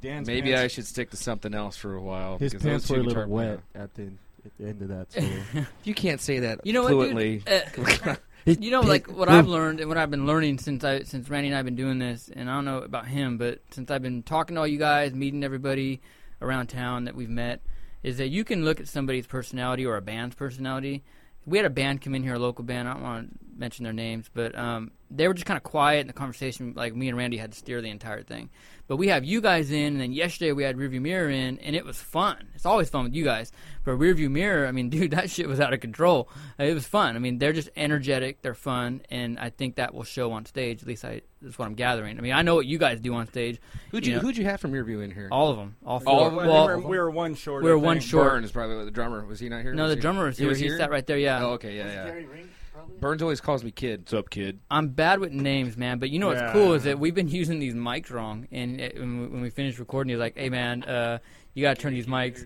[SPEAKER 3] Dan's
[SPEAKER 4] maybe I
[SPEAKER 3] pants,
[SPEAKER 4] should stick to something else for a while.
[SPEAKER 3] His
[SPEAKER 4] because those
[SPEAKER 3] pants
[SPEAKER 4] two
[SPEAKER 3] were a little
[SPEAKER 4] guitar-
[SPEAKER 3] wet at the, at the end of that. So.
[SPEAKER 4] You can't say that
[SPEAKER 1] You know
[SPEAKER 4] fluently.
[SPEAKER 1] what, dude? Uh, you know, like what I've learned and what I've been learning since I since Randy and I've been doing this, and I don't know about him, but since I've been talking to all you guys, meeting everybody around town that we've met, is that you can look at somebody's personality or a band's personality. We had a band come in here, a local band. I don't want to mention their names, but um, they were just kind of quiet in the conversation. Like me and Randy had to steer the entire thing. But we have you guys in, and then yesterday we had Rearview Mirror in, and it was fun. It's always fun with you guys. But Rearview Mirror, I mean, <laughs> dude, that shit was out of control. Uh, It was fun. I mean, they're just energetic, they're fun, and I think that will show on stage. At least I, that's what I'm gathering. I mean, I know what you guys do on stage.
[SPEAKER 4] Who'd you,
[SPEAKER 1] know,
[SPEAKER 4] who'd you have from your view in here?
[SPEAKER 1] all of them, all four.
[SPEAKER 2] Well,
[SPEAKER 4] all-
[SPEAKER 2] we
[SPEAKER 1] well,
[SPEAKER 2] were, we were one short.
[SPEAKER 1] we were
[SPEAKER 2] I
[SPEAKER 1] one
[SPEAKER 2] think.
[SPEAKER 1] short.
[SPEAKER 4] Burn is probably the drummer. Was he not here?
[SPEAKER 1] no,
[SPEAKER 4] Was
[SPEAKER 1] the
[SPEAKER 4] he-
[SPEAKER 1] drummer was
[SPEAKER 4] he
[SPEAKER 1] here.
[SPEAKER 4] was
[SPEAKER 1] he
[SPEAKER 4] here?
[SPEAKER 1] sat right there. Yeah,
[SPEAKER 4] Oh, okay, yeah, yeah.
[SPEAKER 9] Gary Ring, probably.
[SPEAKER 4] Burns always calls me kid. What's up, kid?
[SPEAKER 1] I'm bad with names, man. But you know what's
[SPEAKER 2] Yeah.
[SPEAKER 1] cool is that we've been using these mics wrong. And it, when, we, when we finished recording, he's like, "Hey, man, uh, you gotta turn these mics."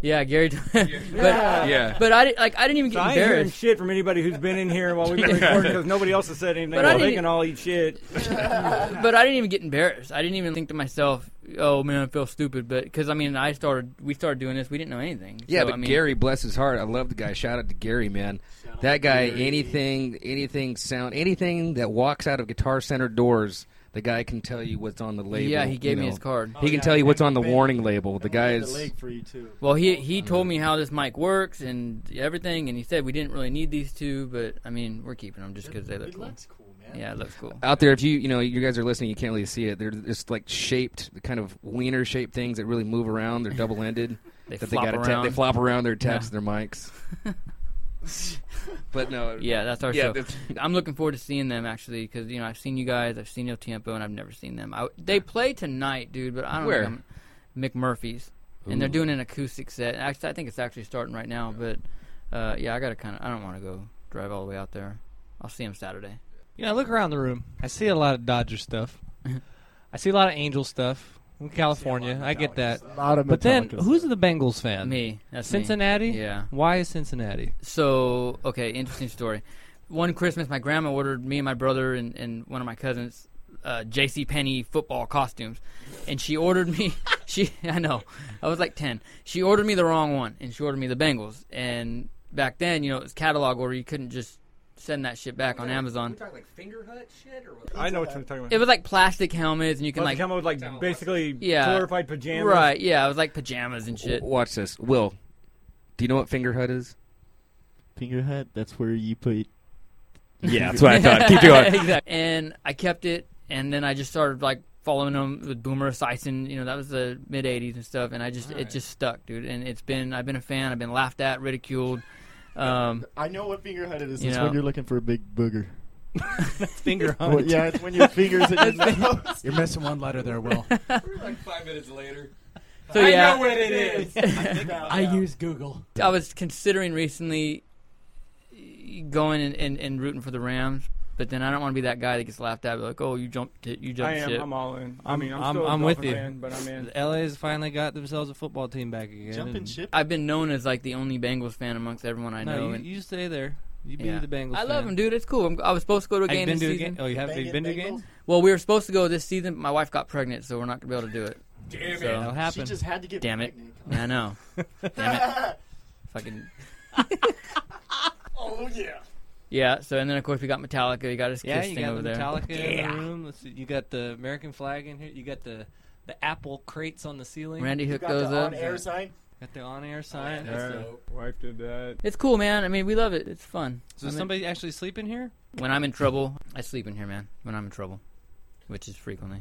[SPEAKER 1] Yeah, Gary. <laughs> but
[SPEAKER 4] Yeah.
[SPEAKER 1] but I di- like I didn't even
[SPEAKER 2] So
[SPEAKER 1] get
[SPEAKER 2] I ain't hearing
[SPEAKER 1] embarrassed.
[SPEAKER 2] shit from anybody who's been in here while
[SPEAKER 1] <laughs>
[SPEAKER 2] we've been recording because nobody else has said anything.
[SPEAKER 1] But I
[SPEAKER 2] so they
[SPEAKER 1] didn't-
[SPEAKER 2] can all eat shit.
[SPEAKER 1] but I didn't even get embarrassed. I didn't even think to myself, "Oh man, I feel stupid." But because I mean, I started. We started doing this. We didn't know anything.
[SPEAKER 4] Yeah,
[SPEAKER 1] So,
[SPEAKER 4] but
[SPEAKER 1] I mean,
[SPEAKER 4] Gary, bless his heart, I love the guy. Shout out to Gary, man. That guy, anything, anything, sound, anything that walks out of Guitar Center doors, the guy can tell you what's on the label.
[SPEAKER 1] Yeah, he gave
[SPEAKER 4] you
[SPEAKER 1] me
[SPEAKER 4] know.
[SPEAKER 1] his card.
[SPEAKER 4] He
[SPEAKER 9] Oh,
[SPEAKER 4] can
[SPEAKER 9] yeah,
[SPEAKER 4] tell you what's on the
[SPEAKER 9] and-
[SPEAKER 4] warning label.
[SPEAKER 9] And
[SPEAKER 4] The
[SPEAKER 9] we did
[SPEAKER 4] guy's
[SPEAKER 9] The leg for you too.
[SPEAKER 1] Well, he he told me how this mic works and everything, and he said we didn't really need these two, but I mean, we're keeping them just because they look
[SPEAKER 9] it
[SPEAKER 1] cool.
[SPEAKER 9] looks cool, man.
[SPEAKER 1] Yeah, it looks cool.
[SPEAKER 4] out there. If you you know you guys are listening, you can't really see it. They're just like shaped, the kind of wiener shaped things that really move around. They're double ended.
[SPEAKER 1] <laughs> They
[SPEAKER 4] that
[SPEAKER 1] flop
[SPEAKER 4] they gotta
[SPEAKER 1] around.
[SPEAKER 4] they flop around. They're attached
[SPEAKER 1] Yeah.
[SPEAKER 4] to their
[SPEAKER 1] <laughs>
[SPEAKER 4] mics. but no,
[SPEAKER 1] Yeah, that's our
[SPEAKER 4] Yeah,
[SPEAKER 1] show.
[SPEAKER 4] that's-
[SPEAKER 1] I'm looking forward to seeing them actually because you know I've seen you guys, I've seen El Tiempo, and I've never seen them. I, they play tonight, dude, but I don't
[SPEAKER 4] Where?
[SPEAKER 1] know. McMurphy's, and they're doing an acoustic set. Actually, I think it's actually starting right now, but uh, yeah, I gotta kind of. I don't want to go drive all the way out there. I'll see them Saturday.
[SPEAKER 11] You know, I look around the room. I see a lot of Dodger stuff.
[SPEAKER 1] <laughs>
[SPEAKER 11] I see a lot of Angel stuff. I'm California. I get that. But then, who's the Bengals fan?
[SPEAKER 1] Me, that's me.
[SPEAKER 11] Cincinnati?
[SPEAKER 1] Yeah.
[SPEAKER 11] Why is Cincinnati?
[SPEAKER 1] So okay, interesting story. One Christmas, my grandma ordered me and my brother and, and one of my cousins uh, J.C. Penney football costumes, and she ordered me. <laughs> She I know I was like ten. She ordered me the wrong one, and she ordered me the Bengals. And back then, you know, it was catalog order. You couldn't just send that shit back on Amazon.
[SPEAKER 4] like finger hut shit or
[SPEAKER 2] I know what you're talking about.
[SPEAKER 1] It was like plastic helmets, and you can
[SPEAKER 2] Well, they
[SPEAKER 1] like
[SPEAKER 2] come up with like basically
[SPEAKER 1] Yeah.
[SPEAKER 2] glorified pajamas.
[SPEAKER 1] right, yeah, it was like pajamas and shit.
[SPEAKER 4] Watch this, Will. Do you know what finger hut is?
[SPEAKER 3] finger hut? That's where you put. <laughs>
[SPEAKER 4] Yeah, that's what <laughs> I thought.
[SPEAKER 1] <laughs>
[SPEAKER 4] Keep
[SPEAKER 1] Exactly. And I kept it, and then I just started like following them with Boomer Sison. You know, that was the mid '80s and stuff, and I just it just stuck, dude. And it's been I've been a fan. I've been laughed at, ridiculed.
[SPEAKER 3] <laughs>
[SPEAKER 1] Um,
[SPEAKER 9] I know what fingerhead it is.
[SPEAKER 1] You
[SPEAKER 3] it's
[SPEAKER 1] know.
[SPEAKER 3] when you're looking for a big booger. <laughs>
[SPEAKER 11] Finger
[SPEAKER 4] Oh,
[SPEAKER 3] Well,
[SPEAKER 11] hunt.
[SPEAKER 3] yeah, it's when your fingers in <laughs> your nose.
[SPEAKER 6] You're missing one letter there, Will.
[SPEAKER 10] like five minutes later.
[SPEAKER 1] so
[SPEAKER 6] I
[SPEAKER 1] yeah,
[SPEAKER 6] know what it is. I use Google.
[SPEAKER 1] <laughs> I was considering recently going and, and, and rooting for the Rams, but then I don't want to be that guy that gets laughed at. Like, oh, you jumped, it, you
[SPEAKER 2] I
[SPEAKER 1] jumped
[SPEAKER 2] am.
[SPEAKER 1] ship.
[SPEAKER 2] I'm all in. I mean, I'm,
[SPEAKER 11] I'm-
[SPEAKER 2] still a
[SPEAKER 11] I'm with
[SPEAKER 2] Dolphin
[SPEAKER 11] you.
[SPEAKER 2] fan, but I'm in.
[SPEAKER 11] LA's finally got themselves a football team back again.
[SPEAKER 3] Jumping
[SPEAKER 11] and-
[SPEAKER 3] ship.
[SPEAKER 1] I've been known as like the only Bengals fan amongst everyone I
[SPEAKER 11] No,
[SPEAKER 1] know.
[SPEAKER 11] you,
[SPEAKER 1] and,
[SPEAKER 11] you stay there. You be
[SPEAKER 1] yeah.
[SPEAKER 11] the Bengals.
[SPEAKER 1] I love
[SPEAKER 11] fan.
[SPEAKER 1] them, dude. It's cool. I'm, I was supposed to go to a
[SPEAKER 11] Have you been
[SPEAKER 1] game this
[SPEAKER 11] to a
[SPEAKER 1] season.
[SPEAKER 11] game? Oh, you have? Have you been to a game?
[SPEAKER 1] Well, we were supposed to go this season, but my wife got pregnant, so we're not gonna be able to do it.
[SPEAKER 10] Damn
[SPEAKER 1] So-
[SPEAKER 11] That'll
[SPEAKER 9] She
[SPEAKER 11] happen.
[SPEAKER 9] just had to get
[SPEAKER 1] <laughs> Damn it.
[SPEAKER 9] pregnant.
[SPEAKER 1] Yeah, I know. Damn it.
[SPEAKER 3] <laughs>
[SPEAKER 1] Fucking
[SPEAKER 9] <laughs> oh yeah.
[SPEAKER 1] yeah. So and then of course we got Metallica. You got his
[SPEAKER 11] Yeah,
[SPEAKER 1] kiss
[SPEAKER 11] you
[SPEAKER 1] thing
[SPEAKER 11] got
[SPEAKER 1] over
[SPEAKER 11] the
[SPEAKER 1] there.
[SPEAKER 11] Metallica in the room. Let's see, you got the American flag in here. You got the the Apple crates on the ceiling.
[SPEAKER 1] Randy
[SPEAKER 9] You
[SPEAKER 1] hooked
[SPEAKER 9] got
[SPEAKER 1] those
[SPEAKER 9] the
[SPEAKER 1] up.
[SPEAKER 9] on-air sign.
[SPEAKER 11] Got the on-air sign.
[SPEAKER 2] Yeah,
[SPEAKER 11] That's the-
[SPEAKER 2] wife did that.
[SPEAKER 1] It's cool, man. I mean, we love it. It's fun.
[SPEAKER 11] so
[SPEAKER 1] I
[SPEAKER 11] does
[SPEAKER 1] mean-
[SPEAKER 11] somebody actually sleep in here?
[SPEAKER 1] When I'm in trouble, I sleep in here, man. When I'm in trouble, which
[SPEAKER 10] <laughs>
[SPEAKER 1] is frequently.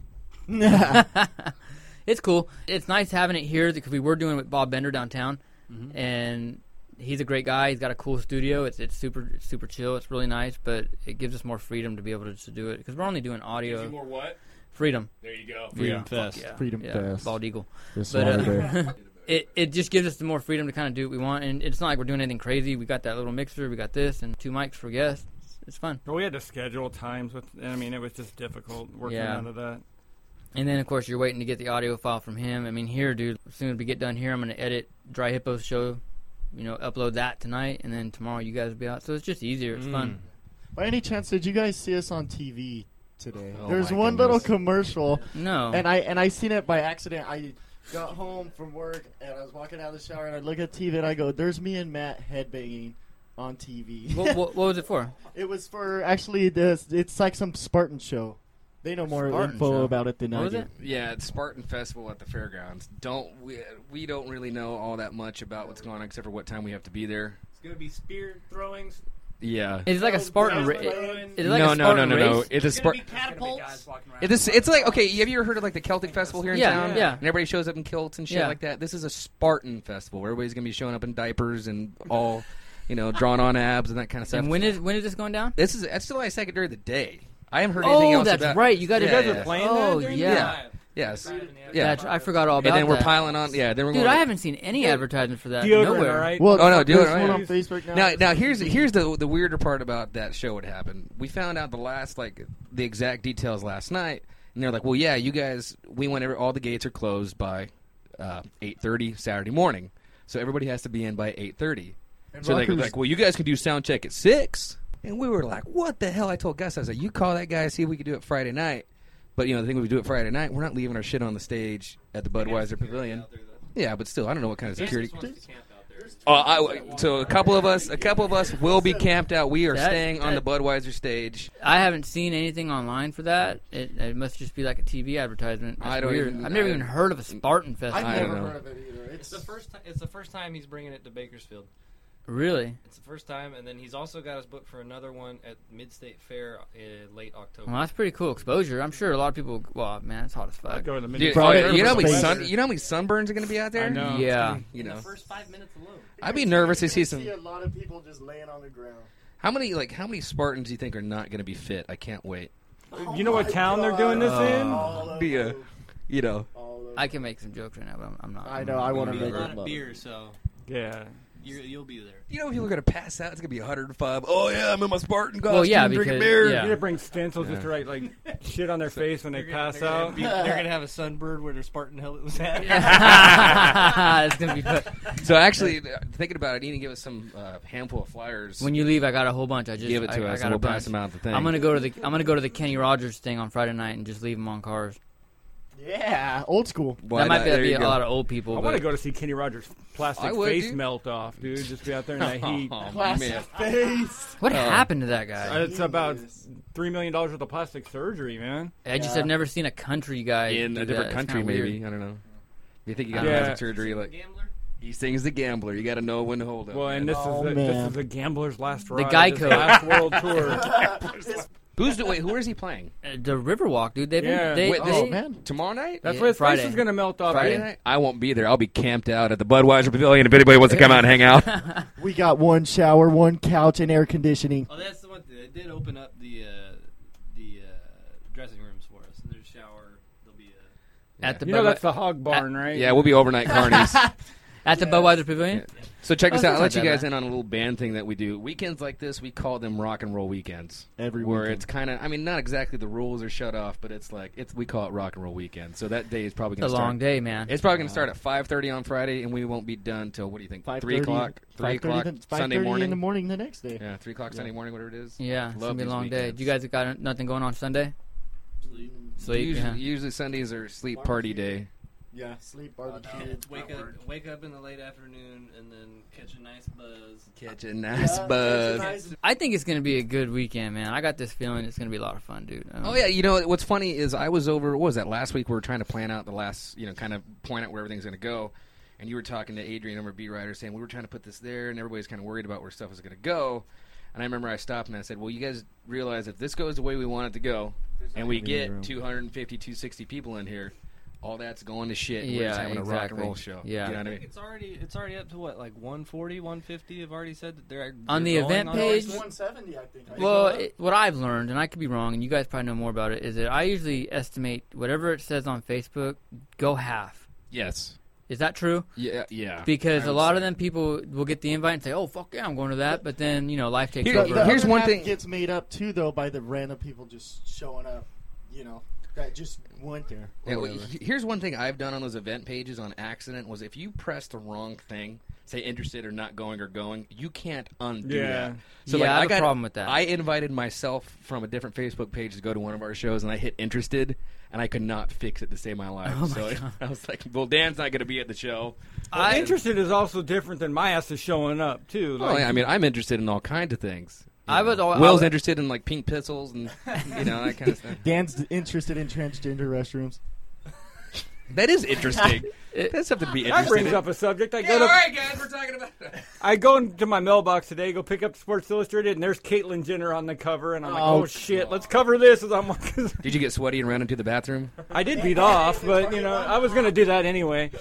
[SPEAKER 1] it's cool. It's nice having it here because we were doing it with Bob Bender downtown,
[SPEAKER 10] Mm-hmm.
[SPEAKER 1] and he's a great guy. He's got a cool studio. It's it's super it's super chill. It's really nice, but it gives us more freedom to be able to, to do it because we're only doing audio
[SPEAKER 10] more what?
[SPEAKER 1] freedom.
[SPEAKER 10] There you go.
[SPEAKER 11] Freedom
[SPEAKER 1] Fuck
[SPEAKER 11] Fest.
[SPEAKER 1] yeah.
[SPEAKER 3] Freedom
[SPEAKER 1] yeah.
[SPEAKER 3] Fest.
[SPEAKER 1] Bald Eagle.
[SPEAKER 3] This
[SPEAKER 1] But, uh,
[SPEAKER 4] <laughs>
[SPEAKER 3] Saturday.
[SPEAKER 1] <laughs>
[SPEAKER 10] <laughs>
[SPEAKER 1] It it just gives us the more freedom to kind of do what we want, and it's not like we're doing anything crazy. We got that little mixer. We got this and two mics for guests. It's, it's fun.
[SPEAKER 2] But we had to schedule times with. I mean, it was just difficult working
[SPEAKER 1] Yeah.
[SPEAKER 2] out of that.
[SPEAKER 1] And then, of course, you're waiting to get the audio file from him. I mean, here, dude, as soon as we get done here, I'm going to edit Dry Hippo's show, you know, upload that tonight, and then tomorrow you guys will be out. So it's just easier. It's fun.
[SPEAKER 3] By any chance, did you guys see us on TV today?
[SPEAKER 4] Oh
[SPEAKER 3] There's
[SPEAKER 4] my
[SPEAKER 3] one
[SPEAKER 4] goodness. Oh.
[SPEAKER 3] little commercial,
[SPEAKER 4] Mm.
[SPEAKER 1] No.
[SPEAKER 3] and I and I seen it by accident. I got home from work and I was walking out of the shower and I look at TV and I go, "There's me and Matt headbanging on TV."
[SPEAKER 1] what, what, what was it for?
[SPEAKER 3] <laughs> it was for actually this. It's like some Spartan show. They know more
[SPEAKER 1] Spartan
[SPEAKER 3] info
[SPEAKER 1] show.
[SPEAKER 3] about it than
[SPEAKER 1] What
[SPEAKER 3] I
[SPEAKER 1] was
[SPEAKER 3] do.
[SPEAKER 1] it?
[SPEAKER 4] Yeah, it's Spartan Festival at the fairgrounds. Don't we, we don't really know all that much about what's going on except for what time we have to be there.
[SPEAKER 10] It's gonna be spear throwings.
[SPEAKER 4] Yeah.
[SPEAKER 1] It's like a Spartan. Ra-
[SPEAKER 10] It's
[SPEAKER 1] it-
[SPEAKER 10] gonna
[SPEAKER 1] it's like
[SPEAKER 4] no,
[SPEAKER 1] a
[SPEAKER 4] no, no,
[SPEAKER 1] Spartan
[SPEAKER 4] no, no.
[SPEAKER 1] race.
[SPEAKER 4] It's a
[SPEAKER 10] be
[SPEAKER 4] Spartan.
[SPEAKER 10] catapults.
[SPEAKER 4] It's, it's like okay. Have you ever heard of like the Celtic festival here in
[SPEAKER 1] Yeah,
[SPEAKER 4] town?
[SPEAKER 1] yeah.
[SPEAKER 4] And everybody shows up in kilts and shit
[SPEAKER 1] Yeah.
[SPEAKER 4] like that. This is a Spartan festival where everybody's gonna be showing up in diapers and all, you know, drawn on abs and that kind of stuff.
[SPEAKER 1] And when is when is this going down?
[SPEAKER 4] this is that's July second during the day. I haven't heard anything
[SPEAKER 1] Oh,
[SPEAKER 4] else
[SPEAKER 1] that's
[SPEAKER 4] about.
[SPEAKER 1] right. You got
[SPEAKER 4] Yeah,
[SPEAKER 1] it.
[SPEAKER 4] yeah.
[SPEAKER 1] Oh, yeah.
[SPEAKER 4] Yeah. Yes. Yeah.
[SPEAKER 1] That's- I forgot all
[SPEAKER 4] And
[SPEAKER 1] about
[SPEAKER 4] then we're
[SPEAKER 1] that.
[SPEAKER 4] piling on. Yeah. Then we're
[SPEAKER 1] Dude,
[SPEAKER 4] going
[SPEAKER 1] I
[SPEAKER 4] to-
[SPEAKER 1] haven't seen any advertisement for that.
[SPEAKER 2] Deodorant,
[SPEAKER 1] Nowhere.
[SPEAKER 2] all right?
[SPEAKER 3] Well,
[SPEAKER 4] Oh, no, do it
[SPEAKER 3] there's
[SPEAKER 4] right.
[SPEAKER 3] one on Facebook now.
[SPEAKER 4] Now, now here's here's the the weirder part about that show. What happened? We found out the last like the exact details last night, and they're like, "Well, yeah, you guys, we went. Every, all the gates are closed by uh, eight thirty Saturday morning, so everybody has to be in by eight thirty. So they go
[SPEAKER 3] Rutgers-
[SPEAKER 4] like, "Well, you guys can do sound check at 6. And we were like, "What the hell?" I told Gus, I was like, "You call that guy, see if we could do it Friday night." But you know, the thing we do it Friday night, we're not leaving our shit on the stage at the Budweiser Pavilion. Yeah, but still, I don't know what kind of security. Uh, I, so a couple of us, a couple of us will be camped out. We are
[SPEAKER 1] That-
[SPEAKER 4] staying on the
[SPEAKER 1] that-
[SPEAKER 4] Budweiser stage.
[SPEAKER 1] I haven't seen anything online for that. It, it must just be like a TV advertisement. That's
[SPEAKER 4] I don't
[SPEAKER 1] weird.
[SPEAKER 4] even-
[SPEAKER 1] I've never
[SPEAKER 4] I-
[SPEAKER 1] even heard of a Spartan Fest.
[SPEAKER 9] I've
[SPEAKER 4] I
[SPEAKER 9] never
[SPEAKER 4] don't know.
[SPEAKER 9] heard of it either. It's
[SPEAKER 10] the first. Ti- it's the first time he's bringing it to Bakersfield.
[SPEAKER 1] really?
[SPEAKER 10] It's the first time, and then he's also got us booked for another one at Mid State Fair
[SPEAKER 6] uh,
[SPEAKER 10] in late October.
[SPEAKER 1] Well, that's pretty cool exposure. I'm sure a lot of people. Well, man, it's hot as
[SPEAKER 2] I'd
[SPEAKER 1] fuck.
[SPEAKER 2] go to the mini-
[SPEAKER 4] Dude,
[SPEAKER 3] Friday-
[SPEAKER 4] Oh, you know how many
[SPEAKER 3] Budweiser.
[SPEAKER 4] sun, you know how many sunburns are going to be out there.
[SPEAKER 2] I know.
[SPEAKER 1] yeah,
[SPEAKER 4] You know,
[SPEAKER 10] five minutes alone.
[SPEAKER 4] I'd be nervous to see
[SPEAKER 9] You
[SPEAKER 4] some.
[SPEAKER 9] see a lot of people just laying on the ground.
[SPEAKER 4] How many like how many Spartans do you think are not going to be fit? I can't wait.
[SPEAKER 2] You know what town they're doing this in?
[SPEAKER 9] All over,
[SPEAKER 4] Oh, Be a- You know,
[SPEAKER 9] all over.
[SPEAKER 1] I can make some jokes right now, but I'm, I'm not.
[SPEAKER 3] I know. I want to
[SPEAKER 6] Be a
[SPEAKER 3] make
[SPEAKER 6] lot
[SPEAKER 3] them
[SPEAKER 6] of
[SPEAKER 3] up.
[SPEAKER 6] beer, so
[SPEAKER 2] Yeah.
[SPEAKER 6] you you'll be there.
[SPEAKER 4] you know people are going to pass out. It's going to be 105. Oh yeah, I'm in my Spartan costume,
[SPEAKER 1] Well, yeah,
[SPEAKER 4] drinking
[SPEAKER 1] because-
[SPEAKER 4] beer.
[SPEAKER 1] yeah.
[SPEAKER 2] You need to bring stencils just to write like shit on their
[SPEAKER 4] <laughs>
[SPEAKER 2] face when they pass out. <laughs>
[SPEAKER 6] they're gonna have a sunbird where their Spartan helmet was at. <laughs>
[SPEAKER 1] <laughs> it's gonna be fun.
[SPEAKER 4] So actually, uh, thinking about it, you need to give us some uh, handful of flyers.
[SPEAKER 1] when you leave. I got a whole bunch. I just
[SPEAKER 4] give it to
[SPEAKER 1] I, I
[SPEAKER 4] us,
[SPEAKER 1] got
[SPEAKER 4] and
[SPEAKER 1] a
[SPEAKER 4] we'll
[SPEAKER 1] bunch.
[SPEAKER 4] pass them out at the thing.
[SPEAKER 1] I'm gonna go to the I'm gonna go to the Kenny Rogers thing on Friday night and just leave them on cars.
[SPEAKER 3] Yeah, old <laughs> school.
[SPEAKER 4] Why
[SPEAKER 1] that might
[SPEAKER 4] not?
[SPEAKER 1] be,
[SPEAKER 4] There
[SPEAKER 1] be
[SPEAKER 4] you
[SPEAKER 1] a
[SPEAKER 4] go.
[SPEAKER 1] lot of old people.
[SPEAKER 2] I
[SPEAKER 1] but
[SPEAKER 2] want to go to see Kenny Rogers'
[SPEAKER 4] I
[SPEAKER 2] plastic
[SPEAKER 4] would,
[SPEAKER 2] face
[SPEAKER 4] dude.
[SPEAKER 2] melt off, dude. Just be out
[SPEAKER 1] <laughs>
[SPEAKER 2] there in that heat.
[SPEAKER 4] <laughs> <laughs> Oh, man.
[SPEAKER 3] Classic
[SPEAKER 4] <laughs>
[SPEAKER 3] face.
[SPEAKER 4] Oh.
[SPEAKER 1] What happened to that guy?
[SPEAKER 2] It's about
[SPEAKER 9] Jesus.
[SPEAKER 2] three million dollars worth of plastic surgery, man.
[SPEAKER 1] I just
[SPEAKER 9] yeah.
[SPEAKER 1] have never seen a country guy
[SPEAKER 4] in
[SPEAKER 1] do
[SPEAKER 4] a different
[SPEAKER 1] that. It's
[SPEAKER 4] country,
[SPEAKER 1] kinda weird.
[SPEAKER 4] maybe. I don't know. You think you got
[SPEAKER 2] Yeah.
[SPEAKER 4] plastic surgery? Like he sings the gambler. You got to know when to hold up.
[SPEAKER 2] Well, and this
[SPEAKER 3] Oh,
[SPEAKER 2] is a,
[SPEAKER 3] man.
[SPEAKER 2] this is a gambler's last
[SPEAKER 1] The
[SPEAKER 2] ride. this
[SPEAKER 4] <laughs>
[SPEAKER 1] Geico.
[SPEAKER 2] last world tour.
[SPEAKER 4] Who's the, wait? Who is he playing?
[SPEAKER 1] Uh, the Riverwalk, dude. They've
[SPEAKER 2] Yeah.
[SPEAKER 1] been, they,
[SPEAKER 4] Wait, this-
[SPEAKER 1] they-
[SPEAKER 4] Oh, Tomorrow night?
[SPEAKER 2] That's
[SPEAKER 1] Yeah,
[SPEAKER 2] where his
[SPEAKER 1] Friday.
[SPEAKER 2] face is gonna melt off.
[SPEAKER 4] Friday night? I won't be there. I'll be camped out at the Budweiser Pavilion if anybody wants to come out and
[SPEAKER 1] <laughs>
[SPEAKER 4] hang out.
[SPEAKER 3] We got one shower, one couch, and air conditioning.
[SPEAKER 6] Oh, that's the one thing. They did open up the uh, the uh, dressing rooms for us. And there's a shower. There'll be a.
[SPEAKER 1] at the
[SPEAKER 2] You know
[SPEAKER 1] Budwe-
[SPEAKER 2] that's the hog barn, right?
[SPEAKER 4] yeah, we'll
[SPEAKER 1] <laughs>
[SPEAKER 4] be overnight carnies.
[SPEAKER 1] at the Budweiser Pavilion.
[SPEAKER 4] So check
[SPEAKER 1] Oh,
[SPEAKER 4] this
[SPEAKER 1] that's
[SPEAKER 4] out. I'll
[SPEAKER 1] not
[SPEAKER 4] let you
[SPEAKER 1] that
[SPEAKER 4] guys
[SPEAKER 1] bad.
[SPEAKER 4] in on a little band thing that we do. Weekends like this, we call them rock and roll weekends.
[SPEAKER 3] Every
[SPEAKER 4] where
[SPEAKER 3] weekend.
[SPEAKER 4] it's kind of, I mean, not exactly the rules are shut off, but it's like it's we call it rock and roll weekend. So that day is probably
[SPEAKER 1] It's a
[SPEAKER 4] going to
[SPEAKER 1] long
[SPEAKER 4] start.
[SPEAKER 1] day, man.
[SPEAKER 4] It's probably going to start at five thirty on Friday, and we won't be done till what do you think?
[SPEAKER 3] 5:30
[SPEAKER 4] Three o'clock. Three
[SPEAKER 3] 5:30
[SPEAKER 4] o'clock
[SPEAKER 3] the- 5:30
[SPEAKER 4] Sunday
[SPEAKER 3] in the
[SPEAKER 4] morning.
[SPEAKER 3] morning the next day.
[SPEAKER 4] Yeah, three o'clock Sunday morning, whatever it is.
[SPEAKER 1] yeah, it's
[SPEAKER 4] Love
[SPEAKER 1] gonna be a
[SPEAKER 4] these
[SPEAKER 1] long day.
[SPEAKER 4] weekends.
[SPEAKER 1] Do you guys got nothing going on Sunday? Sleep.
[SPEAKER 4] usually,
[SPEAKER 1] yeah.
[SPEAKER 4] usually Sundays are sleep party day.
[SPEAKER 3] Yeah, sleep, barbecue.
[SPEAKER 6] Wake up, wake up in the late afternoon, and then catch a nice buzz.
[SPEAKER 4] Catch <laughs> a nice buzz.
[SPEAKER 1] I think it's gonna be a good weekend, man. I got this feeling it's gonna be a lot of fun, dude. Um,
[SPEAKER 4] Oh yeah, you know what's funny is I was over. What was that last week? We were trying to plan out the last, you know, kind of point out where everything's going to go. And you were talking to Adrian over at B Rider saying we were trying to put this there, and everybody's kind of worried about where stuff was going to go. And I remember I stopped and I said, "Well, you guys realize if this goes the way we want it to go, and we get 250, 260 people in here, all that's going to shit. and we're just
[SPEAKER 1] Yeah,
[SPEAKER 4] having a rock and
[SPEAKER 1] exactly.
[SPEAKER 4] roll show.
[SPEAKER 1] Yeah.
[SPEAKER 4] you know what I mean?
[SPEAKER 6] It's already it's already up to what like 140, 150. Have already said that they're
[SPEAKER 1] On
[SPEAKER 6] they're
[SPEAKER 1] the
[SPEAKER 6] going
[SPEAKER 1] event
[SPEAKER 6] on
[SPEAKER 1] page?
[SPEAKER 6] Facebook.
[SPEAKER 3] 170, I think.
[SPEAKER 1] Well, it, what I've learned, and I could be wrong, and you guys probably know more about it, is that I usually estimate whatever it says on Facebook, go half.
[SPEAKER 4] Yes.
[SPEAKER 1] Is that true?
[SPEAKER 4] Yeah. Yeah.
[SPEAKER 1] Because
[SPEAKER 4] I
[SPEAKER 1] a
[SPEAKER 4] would
[SPEAKER 1] lot
[SPEAKER 4] say.
[SPEAKER 1] of them people will get the invite and say, "Oh fuck yeah, I'm going to that," but then you know life takes
[SPEAKER 4] Here-
[SPEAKER 1] over.
[SPEAKER 4] here- here's
[SPEAKER 3] other
[SPEAKER 4] one
[SPEAKER 3] half
[SPEAKER 4] thing-
[SPEAKER 3] gets made up too, though, by the random people just showing up. You know, that just went there.
[SPEAKER 4] Yeah, well, he- here's one thing I've done on those event pages on accident was if you press the wrong thing, say interested or not going or going, you can't undo
[SPEAKER 2] Yeah.
[SPEAKER 4] that.
[SPEAKER 1] Yeah, I have a problem with that.
[SPEAKER 4] I invited myself from a different Facebook page to go to one of our shows, and I hit interested, and I could not fix it to save my life.
[SPEAKER 1] Oh, my
[SPEAKER 4] so <laughs>
[SPEAKER 1] God.
[SPEAKER 4] I was like, "Well, Dan's not going to be at the show."
[SPEAKER 2] Well, interested is also different than my ass is showing up too.
[SPEAKER 4] Well, I mean, Oh, I'm interested in all kinds of things. You
[SPEAKER 1] I would
[SPEAKER 4] know,
[SPEAKER 1] al- I
[SPEAKER 4] Will's
[SPEAKER 1] would-
[SPEAKER 4] interested in like pink pistols and you know that
[SPEAKER 1] <laughs>
[SPEAKER 4] kind of stuff.
[SPEAKER 3] Dan's interested in transgender restrooms.
[SPEAKER 4] That
[SPEAKER 1] <laughs>
[SPEAKER 4] is interesting. That's something to be
[SPEAKER 2] that
[SPEAKER 4] interested.
[SPEAKER 2] brings
[SPEAKER 4] in.
[SPEAKER 2] up a subject. I
[SPEAKER 4] Yeah,
[SPEAKER 2] go
[SPEAKER 4] all
[SPEAKER 2] to
[SPEAKER 4] right, guys, we're talking about.
[SPEAKER 2] I go into my mailbox today, go pick up Sports Illustrated, and there's Caitlyn Jenner on the cover, and I'm like, oh,
[SPEAKER 3] Oh,
[SPEAKER 2] shit, let's cover this as I'm <laughs> walking.
[SPEAKER 4] Did you get sweaty and ran into the bathroom?
[SPEAKER 2] I did beat off, but you know, I was gonna do that anyway.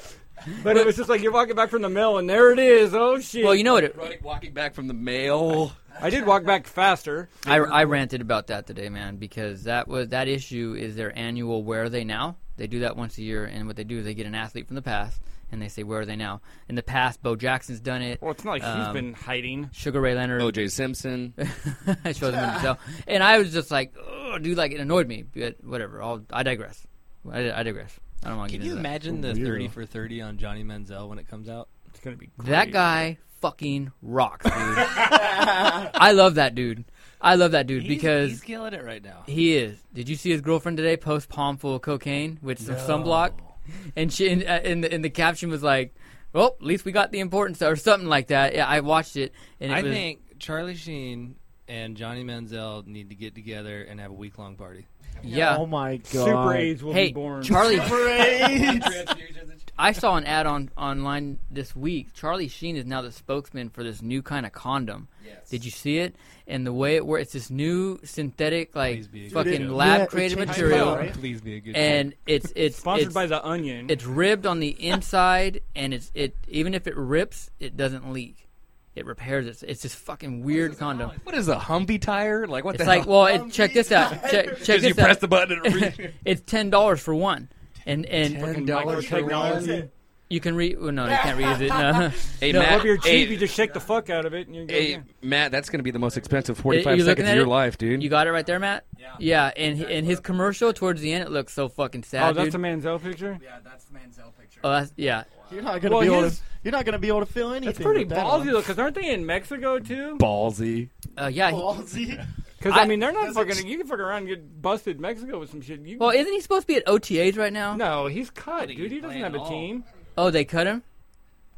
[SPEAKER 2] But it was just like you're walking back from the mail, and there it is. Oh shit!
[SPEAKER 1] well, you know what? It,
[SPEAKER 4] Running, walking back from the mail.
[SPEAKER 2] I did walk back faster.
[SPEAKER 1] I, I ranted about that today, man, because that was that issue is their annual "Where Are They Now." They do that once a year, and what they do is they get an athlete from the past and they say, "Where are they now?" In the past, Bo Jackson's done it.
[SPEAKER 2] Well, it's not like she's
[SPEAKER 1] Um,
[SPEAKER 2] been hiding.
[SPEAKER 1] Sugar Ray Leonard
[SPEAKER 4] OJ Simpson.
[SPEAKER 1] <laughs> I showed them in the cell, and I was just like, Ugh, dude, like it annoyed me. But whatever, I'll, I digress. I, I digress. I don't want to
[SPEAKER 6] Can
[SPEAKER 1] get
[SPEAKER 6] you
[SPEAKER 1] into that.
[SPEAKER 6] imagine the 30 for 30 on Johnny Manziel when it comes out?
[SPEAKER 2] It's gonna be
[SPEAKER 1] That
[SPEAKER 2] great.
[SPEAKER 1] guy fucking rocks,
[SPEAKER 6] <laughs>
[SPEAKER 1] dude. I love that dude. I love that dude because
[SPEAKER 6] he's killing it right now.
[SPEAKER 1] He is. Did you see his girlfriend today post palm full of cocaine with some sunblock? And she and, uh, and, the, and the caption was like, "Well, at least we got the important stuff," or something like that. Yeah, I watched it, and it
[SPEAKER 6] I
[SPEAKER 1] was,
[SPEAKER 6] think Charlie Sheen and Johnny Manziel need to get together and have a week long party.
[SPEAKER 1] yeah.
[SPEAKER 3] Oh my god.
[SPEAKER 2] Super AIDS will
[SPEAKER 1] Hey,
[SPEAKER 2] be born.
[SPEAKER 3] <laughs>
[SPEAKER 1] Charlie,
[SPEAKER 3] Great.
[SPEAKER 1] I saw an ad on online this week. Charlie Sheen is now the spokesman for this new kind of condom.
[SPEAKER 4] Yes.
[SPEAKER 1] Did you see it? And the way it works, it's this new synthetic, like
[SPEAKER 6] Please be a good
[SPEAKER 1] fucking
[SPEAKER 6] joke.
[SPEAKER 1] lab
[SPEAKER 3] Yeah, it
[SPEAKER 1] created
[SPEAKER 3] changed the
[SPEAKER 1] material,
[SPEAKER 3] color, right?
[SPEAKER 6] Please be a good
[SPEAKER 1] and it's it's
[SPEAKER 2] sponsored
[SPEAKER 1] it's,
[SPEAKER 2] by the Onion.
[SPEAKER 1] It's ribbed on the inside, and it's it even if it rips, it doesn't leak. It repairs it. It's this fucking weird condom.
[SPEAKER 4] What is a Humvee tire? Like what
[SPEAKER 1] It's
[SPEAKER 4] the
[SPEAKER 1] like,
[SPEAKER 4] hell? <laughs>
[SPEAKER 1] well, it, check this out. Check, check
[SPEAKER 4] Because you
[SPEAKER 1] this
[SPEAKER 4] press
[SPEAKER 1] out.
[SPEAKER 4] the button and it re-
[SPEAKER 1] <laughs> it's ten dollars for one, and and
[SPEAKER 2] Fucking
[SPEAKER 4] $10 for
[SPEAKER 2] microtechnology.
[SPEAKER 1] you can read. Well, no, you can't reuse it. No.
[SPEAKER 4] <laughs> Hey,
[SPEAKER 2] No,
[SPEAKER 4] Matt,
[SPEAKER 2] up your cheap,
[SPEAKER 4] hey,
[SPEAKER 2] you just shake the fuck out of it, and you're good.
[SPEAKER 4] hey,
[SPEAKER 2] again.
[SPEAKER 4] Matt, that's going to be the most expensive
[SPEAKER 1] Are
[SPEAKER 4] 45
[SPEAKER 1] you looking
[SPEAKER 4] seconds
[SPEAKER 1] at
[SPEAKER 4] of your
[SPEAKER 1] it?
[SPEAKER 4] life, dude.
[SPEAKER 1] You got it right there, Matt. Yeah. Yeah, and hi- and his commercial towards the end, it looks so fucking sad,
[SPEAKER 2] oh, that's
[SPEAKER 1] dude.
[SPEAKER 2] a Manziel picture.
[SPEAKER 12] Yeah, that's the Manziel picture.
[SPEAKER 1] oh, that's yeah.
[SPEAKER 3] You're not gonna
[SPEAKER 2] Well,
[SPEAKER 3] be able.
[SPEAKER 2] his-
[SPEAKER 3] To, you're not gonna be able to feel anything.
[SPEAKER 2] That's pretty
[SPEAKER 3] with that
[SPEAKER 2] ballsy
[SPEAKER 3] on.
[SPEAKER 2] though, because aren't they in Mexico too?
[SPEAKER 4] Ballsy.
[SPEAKER 1] Uh, yeah. he-
[SPEAKER 3] Ballsy.
[SPEAKER 2] Because I,
[SPEAKER 1] I-
[SPEAKER 2] mean, they're not fucking. You can fuck around and get busted in Mexico with some shit. You,
[SPEAKER 1] well, isn't he supposed to be at OTAs right now?
[SPEAKER 2] no, he's cut,
[SPEAKER 6] think
[SPEAKER 2] dude.
[SPEAKER 6] he's
[SPEAKER 2] He doesn't
[SPEAKER 6] playing
[SPEAKER 2] have a
[SPEAKER 6] all.
[SPEAKER 2] team.
[SPEAKER 1] Oh, they cut him.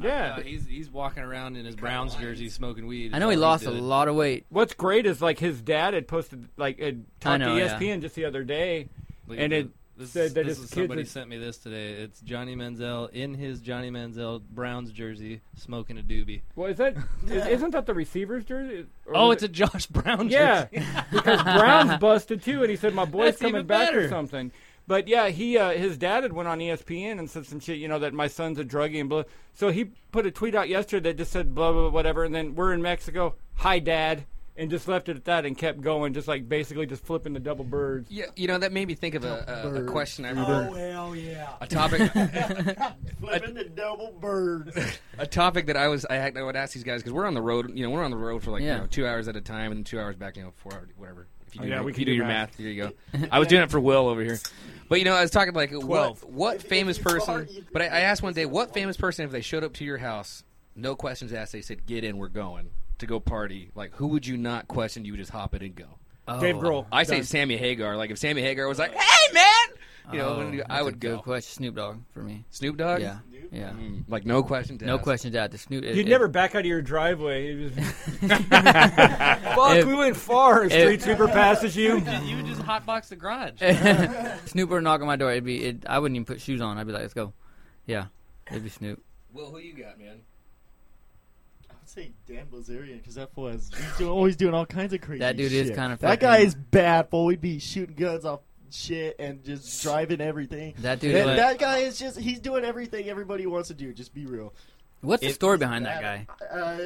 [SPEAKER 2] Yeah.
[SPEAKER 6] Uh, he's he's walking around in his Browns jersey smoking weed.
[SPEAKER 1] I
[SPEAKER 6] is
[SPEAKER 1] know he
[SPEAKER 6] all
[SPEAKER 1] lost a
[SPEAKER 6] doing.
[SPEAKER 1] lot of weight.
[SPEAKER 2] What's great is like his dad had posted like had
[SPEAKER 1] I
[SPEAKER 2] talked
[SPEAKER 1] know,
[SPEAKER 2] to E
[SPEAKER 1] yeah.
[SPEAKER 2] ESPN just the other day,
[SPEAKER 6] Look at
[SPEAKER 2] and
[SPEAKER 6] the-
[SPEAKER 2] it
[SPEAKER 6] the This,
[SPEAKER 2] said that
[SPEAKER 6] this
[SPEAKER 2] his
[SPEAKER 6] is
[SPEAKER 2] kids
[SPEAKER 6] somebody
[SPEAKER 2] are-
[SPEAKER 6] sent me this today. It's Johnny Manziel in his Johnny Manziel Browns jersey smoking a doobie.
[SPEAKER 2] Well, is that is, isn't that the receiver's jersey? Or
[SPEAKER 11] Oh,
[SPEAKER 2] was
[SPEAKER 11] it's a Josh Brown. jersey.
[SPEAKER 2] <laughs> Yeah, because Brown's busted too, and he said my boy's
[SPEAKER 11] That's
[SPEAKER 2] coming
[SPEAKER 11] even
[SPEAKER 2] back or
[SPEAKER 11] better.
[SPEAKER 2] something. But yeah, he uh, his dad had went on ESPN and said some shit, you know, that my son's a druggie and blah. So he put a tweet out yesterday that just said blah blah blah, whatever, and then we're in Mexico. Hi, Dad, and just left it at that and kept going, just like basically just flipping the double birds.
[SPEAKER 4] Yeah, you know that made me think of a, a, a question I remember,
[SPEAKER 3] Oh, hell yeah!
[SPEAKER 4] <laughs> a topic,
[SPEAKER 1] <laughs>
[SPEAKER 3] <laughs> Flipping the double birds.
[SPEAKER 4] a topic that I was I, had- I would ask these guys because we're on the road. You know, we're on the road for like
[SPEAKER 1] Yeah.
[SPEAKER 4] you know two hours at a time, and two hours back, you know, four hours, whatever. If you
[SPEAKER 2] Oh,
[SPEAKER 4] do,
[SPEAKER 2] yeah,
[SPEAKER 4] if
[SPEAKER 2] we
[SPEAKER 4] you
[SPEAKER 2] can
[SPEAKER 4] do
[SPEAKER 2] do
[SPEAKER 4] your math.
[SPEAKER 2] math.
[SPEAKER 4] There you
[SPEAKER 1] <laughs>
[SPEAKER 4] go. I was doing it for Will over here, but you know, I was talking like what,
[SPEAKER 10] Twelve.
[SPEAKER 2] <laughs>
[SPEAKER 4] what
[SPEAKER 3] If- if
[SPEAKER 4] famous
[SPEAKER 3] you thought
[SPEAKER 4] person.
[SPEAKER 3] you-
[SPEAKER 4] But I, I asked one day, what famous person, if they showed up to your house, no questions asked, they said, "Get in, we're going to go party." Like, who would you not question? You would just hop in and go.
[SPEAKER 2] Dave
[SPEAKER 1] Oh,
[SPEAKER 2] Grohl.
[SPEAKER 4] I say
[SPEAKER 2] Done.
[SPEAKER 4] Sammy Hagar. Like if Sammy Hagar was like, "Hey man," you know,
[SPEAKER 1] oh,
[SPEAKER 4] when you-
[SPEAKER 1] that's
[SPEAKER 4] I
[SPEAKER 1] a
[SPEAKER 4] would
[SPEAKER 1] good
[SPEAKER 4] go.
[SPEAKER 1] question. Snoop Dogg for me.
[SPEAKER 4] Snoop Dogg.
[SPEAKER 1] Yeah, yeah.
[SPEAKER 4] Mm, Like no question. To
[SPEAKER 1] No
[SPEAKER 4] ask.
[SPEAKER 1] questions out. The Snoop. it-
[SPEAKER 2] You'd
[SPEAKER 1] it-
[SPEAKER 2] never back out of your driveway. You <laughs> just- <laughs> Fuck,
[SPEAKER 1] If-
[SPEAKER 2] we went far. A street sweeper passes <laughs> you.
[SPEAKER 6] You would just hotbox the garage.
[SPEAKER 1] <laughs>
[SPEAKER 2] <laughs>
[SPEAKER 1] Snoop were to knock on my door. It'd be. It, I wouldn't even put shoes on. I'd be like, let's go. Yeah, it'd be Snoop.
[SPEAKER 4] Well, who you
[SPEAKER 13] <laughs>
[SPEAKER 4] got, man?
[SPEAKER 3] I would say Dan Blazerian because that fool is he's doing, always doing all kinds of crazy.
[SPEAKER 1] That dude is
[SPEAKER 3] shit.
[SPEAKER 1] kinda
[SPEAKER 3] That guy
[SPEAKER 1] fucking-
[SPEAKER 3] is bad, fool. We'd be shooting guns off shit and just driving everything.
[SPEAKER 1] That dude.
[SPEAKER 3] That,
[SPEAKER 1] like-
[SPEAKER 3] that guy is just he's doing everything everybody wants to do. Just be real.
[SPEAKER 1] what's the
[SPEAKER 6] If-
[SPEAKER 1] story behind that guy?
[SPEAKER 3] Uh,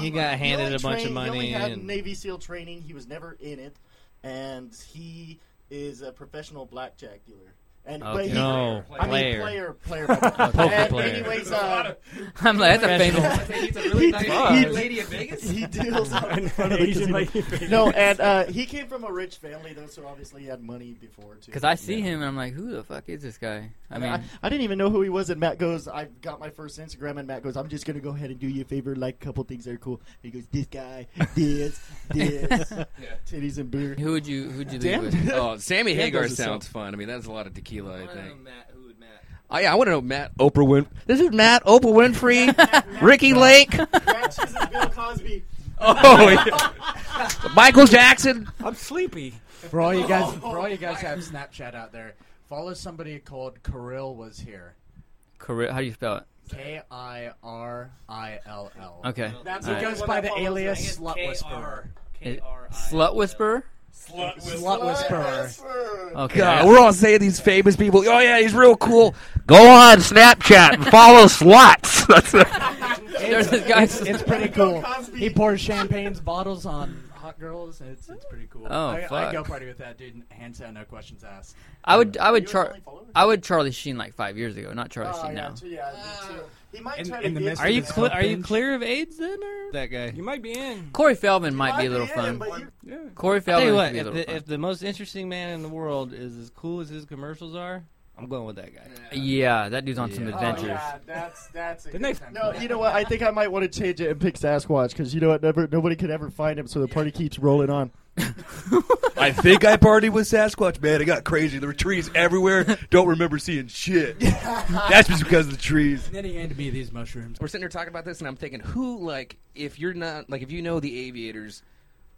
[SPEAKER 6] He got handed
[SPEAKER 3] only
[SPEAKER 6] a bunch of
[SPEAKER 3] trained- He only
[SPEAKER 6] money
[SPEAKER 3] had
[SPEAKER 6] and-
[SPEAKER 3] Navy SEAL training. He was never in it, and he is a professional blackjack dealer. And but
[SPEAKER 1] Okay.
[SPEAKER 3] he,
[SPEAKER 6] No,
[SPEAKER 3] I mean
[SPEAKER 6] player.
[SPEAKER 3] player,
[SPEAKER 6] <laughs>
[SPEAKER 3] player. and
[SPEAKER 6] player.
[SPEAKER 3] Anyways, uh,
[SPEAKER 1] <laughs> I'm like, that's a famous. <laughs>
[SPEAKER 3] <laughs>
[SPEAKER 4] He's a
[SPEAKER 3] really nice
[SPEAKER 2] Fuck.
[SPEAKER 4] lady of Vegas.
[SPEAKER 3] he
[SPEAKER 4] <laughs>
[SPEAKER 3] deals out in front of the
[SPEAKER 2] Asian
[SPEAKER 3] casino.
[SPEAKER 2] lady.
[SPEAKER 3] No, and uh, he came from a rich family though, so obviously he had money before too.
[SPEAKER 1] Because I see him and I'm like, who the fuck is this guy? I mean,
[SPEAKER 3] I, I didn't even know who he was, and Matt goes, "I got my first Instagram," and Matt goes, "I'm just gonna go ahead and do you a favor, like a couple things that are cool." And he goes, "This guy,
[SPEAKER 1] <laughs>
[SPEAKER 3] this, this, titties and beer."
[SPEAKER 1] who would you who would you leave
[SPEAKER 3] Damn.
[SPEAKER 1] with?
[SPEAKER 4] Oh, Sammy
[SPEAKER 3] Dan
[SPEAKER 4] Hagar
[SPEAKER 3] does it
[SPEAKER 4] sounds fun. I mean, that's a lot of tequila. I
[SPEAKER 6] I don't know
[SPEAKER 4] think.
[SPEAKER 6] Matt, who would Matt?
[SPEAKER 4] Oh, yeah, I want to know Matt Oprah Win. <laughs> This is Matt Oprah
[SPEAKER 1] <laughs>
[SPEAKER 4] Winfrey, Ricky Lake, <laughs>
[SPEAKER 3] Matt chooses Bill Cosby.
[SPEAKER 4] oh, Michael Jackson.
[SPEAKER 2] <laughs> I'm sleepy.
[SPEAKER 12] For all you guys, for all you guys who have Snapchat out there, follow somebody called Kirill was here.
[SPEAKER 1] Kirill, how do you spell it?
[SPEAKER 12] K I R I L L.
[SPEAKER 1] Okay.
[SPEAKER 3] That's
[SPEAKER 12] He
[SPEAKER 1] Alright.
[SPEAKER 12] goes
[SPEAKER 3] one
[SPEAKER 12] by
[SPEAKER 3] that
[SPEAKER 12] the
[SPEAKER 3] follows
[SPEAKER 6] I
[SPEAKER 12] alias
[SPEAKER 6] guess
[SPEAKER 12] Slut
[SPEAKER 6] K-R-
[SPEAKER 12] Whisperer.
[SPEAKER 1] It-
[SPEAKER 6] K-R-I-L-L.
[SPEAKER 1] Slut whisperer.
[SPEAKER 12] Slut Whisperer.
[SPEAKER 1] Okay.
[SPEAKER 4] God, we're all saying these famous people. Oh yeah, he's real cool. Go on Snapchat
[SPEAKER 13] <laughs>
[SPEAKER 4] and follow sluts. <laughs> That's
[SPEAKER 1] There's this guy.
[SPEAKER 12] It's, it's pretty cool. He pours champagne's bottles on hot girls. It's it's pretty cool.
[SPEAKER 1] Oh,
[SPEAKER 12] I,
[SPEAKER 1] fuck.
[SPEAKER 12] I go party with that dude. Hands down, no questions asked.
[SPEAKER 1] <laughs> I would I would
[SPEAKER 3] was
[SPEAKER 1] char
[SPEAKER 3] only following-
[SPEAKER 1] I would Charlie Sheen like five years ago, not Charlie
[SPEAKER 3] Oh,
[SPEAKER 1] Sheen
[SPEAKER 3] yeah,
[SPEAKER 1] now.
[SPEAKER 3] too, yeah, me too. He might
[SPEAKER 12] in-
[SPEAKER 3] try
[SPEAKER 12] in
[SPEAKER 3] to
[SPEAKER 12] the
[SPEAKER 3] get
[SPEAKER 12] midst
[SPEAKER 6] Are
[SPEAKER 12] of
[SPEAKER 6] you
[SPEAKER 12] the
[SPEAKER 6] clear? Are you
[SPEAKER 12] something.
[SPEAKER 6] clear of AIDS then, or that guy?
[SPEAKER 2] You might be in.
[SPEAKER 1] Corey Feldman might
[SPEAKER 3] Might
[SPEAKER 1] be a little
[SPEAKER 3] be
[SPEAKER 1] fun.
[SPEAKER 3] him, but you-
[SPEAKER 2] Yeah.
[SPEAKER 1] Corey
[SPEAKER 6] Tell
[SPEAKER 1] Feldman
[SPEAKER 6] you
[SPEAKER 1] would
[SPEAKER 6] what,
[SPEAKER 1] be a
[SPEAKER 6] if
[SPEAKER 1] little
[SPEAKER 6] the,
[SPEAKER 1] fun.
[SPEAKER 6] if the most interesting man in the world is as cool as his commercials are, I'm going with that guy.
[SPEAKER 1] Yeah, that dude's on some
[SPEAKER 6] Yeah. Oh,
[SPEAKER 1] adventures.
[SPEAKER 12] yeah, that's that's. A
[SPEAKER 2] Didn't
[SPEAKER 12] good
[SPEAKER 2] they-
[SPEAKER 12] time.
[SPEAKER 3] No, you know what? I think I might want to change it and pick Sasquatch because you know what? Never, nobody could ever find him, so the party keeps rolling on.
[SPEAKER 13] I think I partied with Sasquatch, man. It got crazy. There were trees everywhere. Don't remember seeing
[SPEAKER 4] <laughs>
[SPEAKER 13] shit. That's just because of the trees.
[SPEAKER 12] Then he handed me these mushrooms.
[SPEAKER 4] We're sitting here talking about this, and I'm thinking, who like if you're not like if you know the Aviators,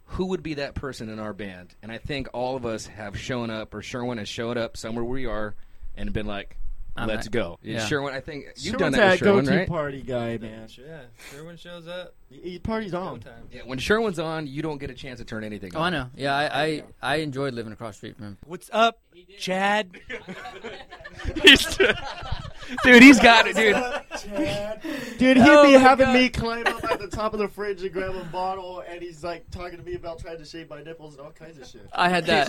[SPEAKER 4] who would be that person in our band? And I think all of us have shown up, or Sherwin has showed up somewhere where you are, and been like,
[SPEAKER 1] I'm
[SPEAKER 4] "Let's
[SPEAKER 1] at-
[SPEAKER 4] go." And
[SPEAKER 1] yeah.
[SPEAKER 4] Sherwin, I think you've
[SPEAKER 3] Sherman's
[SPEAKER 4] done that, with
[SPEAKER 3] that
[SPEAKER 4] Sherwin,
[SPEAKER 3] go-to
[SPEAKER 4] right?
[SPEAKER 3] party guy, man.
[SPEAKER 6] Yeah, Sherwin shows up.
[SPEAKER 3] He, he parties on.
[SPEAKER 6] Showtime.
[SPEAKER 4] Yeah, when Sherwin's on, you don't get a chance to turn anything.
[SPEAKER 1] Oh, I
[SPEAKER 4] on. <laughs>
[SPEAKER 1] know. Yeah, I, I I enjoyed living across the street from him.
[SPEAKER 11] What's up, Chad?
[SPEAKER 4] He's- <laughs> dude, he's got it, dude.
[SPEAKER 3] <laughs> Dude, he'd
[SPEAKER 11] Oh
[SPEAKER 3] be
[SPEAKER 11] my
[SPEAKER 3] having
[SPEAKER 11] God.
[SPEAKER 3] me climb up at the top of the fridge and grab a bottle, and he's like talking to me about trying to shave my nipples and all kinds of shit.
[SPEAKER 4] Oh
[SPEAKER 1] I had that.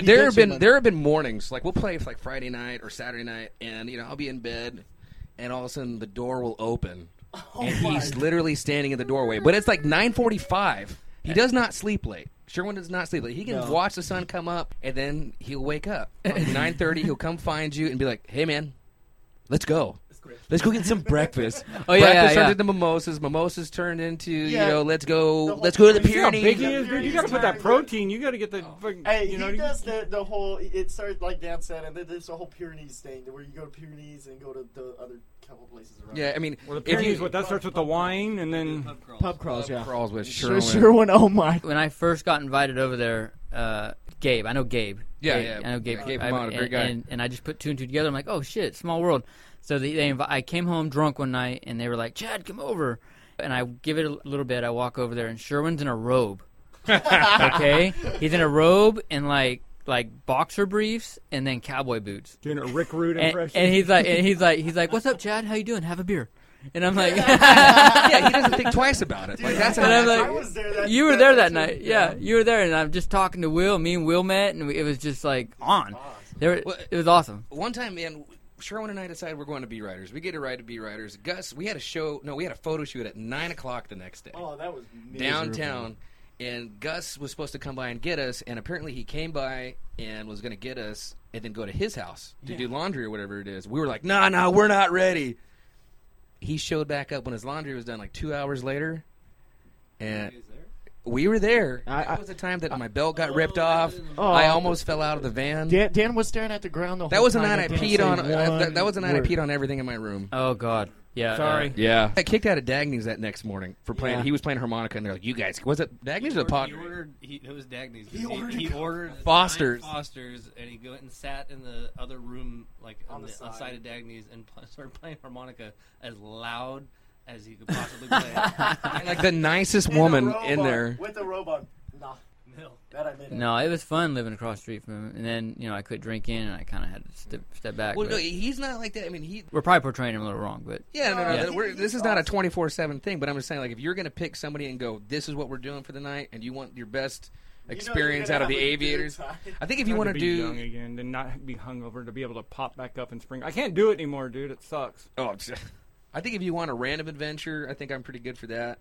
[SPEAKER 3] He
[SPEAKER 4] there
[SPEAKER 3] gets
[SPEAKER 4] have
[SPEAKER 3] you,
[SPEAKER 4] been
[SPEAKER 3] man.
[SPEAKER 4] there have been mornings like we'll play like Friday night or Saturday night, and you know I'll be in bed, and all of a sudden the door will open, and he's literally standing in the doorway. But it's like nine forty five. He does not sleep late. Sherwin does not sleep late. He can watch the sun come up, and <laughs> then he'll wake up. At nine thirty, he'll come find you and be like, "Hey, man, let's go." Let's go get some breakfast.
[SPEAKER 1] Oh, yeah, yeah,
[SPEAKER 4] breakfast turned
[SPEAKER 1] yeah.
[SPEAKER 4] into mimosas. Mimosas turned into
[SPEAKER 9] Yeah.
[SPEAKER 4] you know. Let's
[SPEAKER 9] The
[SPEAKER 4] go.
[SPEAKER 9] whole
[SPEAKER 4] Let's go to the
[SPEAKER 9] thing. You know how
[SPEAKER 4] Pyrenees.
[SPEAKER 9] big
[SPEAKER 2] he is, dude? You gotta put that protein. You gotta get the. fucking-
[SPEAKER 9] Hey,
[SPEAKER 2] you know,
[SPEAKER 9] he does the, the whole. It started like Dan said, and then there's a whole Pyrenees thing where you go to Pyrenees and go to the other couple places around.
[SPEAKER 4] Yeah, I mean,
[SPEAKER 2] Well, the
[SPEAKER 4] if
[SPEAKER 2] Pyrenees,
[SPEAKER 4] you-
[SPEAKER 2] what that starts with the wine, and then
[SPEAKER 3] Pub crawls, yeah.
[SPEAKER 4] crawls with
[SPEAKER 3] Sure,
[SPEAKER 4] Sherwin.
[SPEAKER 3] Sherwin. Oh my.
[SPEAKER 1] When I first got invited over there, uh, Gabe, I know Gabe.
[SPEAKER 4] Yeah,
[SPEAKER 1] Gabe,
[SPEAKER 4] yeah.
[SPEAKER 1] I know Gabe.
[SPEAKER 4] Yeah, Gabe
[SPEAKER 1] I-
[SPEAKER 4] Pomona,
[SPEAKER 1] and,
[SPEAKER 4] great guy.
[SPEAKER 1] And, and I just put two and two together. I'm like, oh shit, small world. So they, they invi- I came home drunk one night, and they were like, Chad, come over. And I give it a little bit. I walk over there, and Sherwin's in a
[SPEAKER 2] <laughs>
[SPEAKER 1] robe. okay, he's in a robe and like like boxer briefs, and then cowboy boots.
[SPEAKER 2] doing a Rick Rude
[SPEAKER 1] And,
[SPEAKER 2] impression.
[SPEAKER 1] and he's like, and he's like, he's like, what's up, Chad? How you doing? Have a beer. And I'm
[SPEAKER 2] <laughs>
[SPEAKER 1] like, <laughs>
[SPEAKER 4] <laughs> yeah, he doesn't think twice about it.
[SPEAKER 3] <laughs>
[SPEAKER 4] Like that's how
[SPEAKER 1] and I'm
[SPEAKER 4] that's-
[SPEAKER 1] like,
[SPEAKER 9] I was there that-
[SPEAKER 1] you were
[SPEAKER 9] that night,
[SPEAKER 1] there that
[SPEAKER 9] too.
[SPEAKER 1] night. Yeah.
[SPEAKER 9] Yeah.
[SPEAKER 1] you were there, and I'm just talking to Will. Me and Will met, and we, it was just like on. There,
[SPEAKER 4] Well,
[SPEAKER 1] it was awesome.
[SPEAKER 4] one time, man, Sherwin and I decided we're going to be writers. We get a ride to be writers. Gus, we had a show. No, we had a photo shoot at nine o'clock the next day
[SPEAKER 9] Oh, that was
[SPEAKER 4] downtown, and Gus was supposed to come by and get us. And apparently, he came by and was going to get us, and then go to his house to do laundry or whatever it is. We were like, "No, nah, no, nah, we're not ready." He showed back up when his laundry was done, like two hours later, and. We were there.
[SPEAKER 3] I-
[SPEAKER 4] that was the time that my belt got ripped off.
[SPEAKER 3] Oh.
[SPEAKER 4] I almost fell out of the van.
[SPEAKER 3] Dan, Dan was staring at the ground the whole
[SPEAKER 4] That was a
[SPEAKER 3] time.
[SPEAKER 4] night I
[SPEAKER 3] and didn't
[SPEAKER 4] peed
[SPEAKER 3] say
[SPEAKER 4] on.
[SPEAKER 3] one
[SPEAKER 4] Uh, that, that was a night
[SPEAKER 3] word.
[SPEAKER 4] I peed on everything in my room.
[SPEAKER 1] Oh God. Yeah.
[SPEAKER 2] Sorry.
[SPEAKER 1] uh,
[SPEAKER 4] Yeah, I kicked out of Dagny's that next morning for playing.
[SPEAKER 3] Yeah.
[SPEAKER 4] He was playing harmonica, and they're like, "You guys, was it Dagny's
[SPEAKER 6] he
[SPEAKER 4] or
[SPEAKER 6] ordered,
[SPEAKER 4] Pod?"
[SPEAKER 6] He ordered. He, it was Dagny's. He, ordered. He ordered
[SPEAKER 4] Foster's.
[SPEAKER 6] nine Foster's, and he went and sat in the other room, like on,
[SPEAKER 9] the
[SPEAKER 6] the,
[SPEAKER 9] side.
[SPEAKER 6] side of Dagny's, and <laughs> pl- started playing harmonica as loud as he could possibly play.
[SPEAKER 9] <laughs>
[SPEAKER 4] Like the nicest
[SPEAKER 9] In a
[SPEAKER 4] woman
[SPEAKER 9] robe
[SPEAKER 4] in
[SPEAKER 9] on-
[SPEAKER 4] there.
[SPEAKER 9] with a robe on. Nah,
[SPEAKER 6] No.
[SPEAKER 9] that I didn't.
[SPEAKER 1] No, it was fun living across the street from him, and then you know I quit drinking, and I kind of had to step, step back.
[SPEAKER 4] Well,
[SPEAKER 1] but
[SPEAKER 4] no, he's not like that. I mean, he.
[SPEAKER 1] we're probably portraying him a little wrong, but
[SPEAKER 4] Yeah, no, no,
[SPEAKER 9] Yeah.
[SPEAKER 4] no. We're, this is not a twenty four seven thing. But I'm just saying, like, if you're gonna pick somebody and go, "This is what we're doing for the night," and you want your best
[SPEAKER 9] You know
[SPEAKER 4] experience
[SPEAKER 9] you're
[SPEAKER 4] out
[SPEAKER 9] gonna
[SPEAKER 4] of the
[SPEAKER 9] have a good
[SPEAKER 4] aviators, <laughs>
[SPEAKER 9] time.
[SPEAKER 4] I think if you
[SPEAKER 2] Not
[SPEAKER 4] want
[SPEAKER 2] to
[SPEAKER 4] to
[SPEAKER 2] be young
[SPEAKER 4] do,
[SPEAKER 2] again, to not be hungover, to be able to pop back up in spring. I can't do it anymore, dude. It sucks.
[SPEAKER 4] oh, I think if you want a random adventure, I think I'm pretty good for that.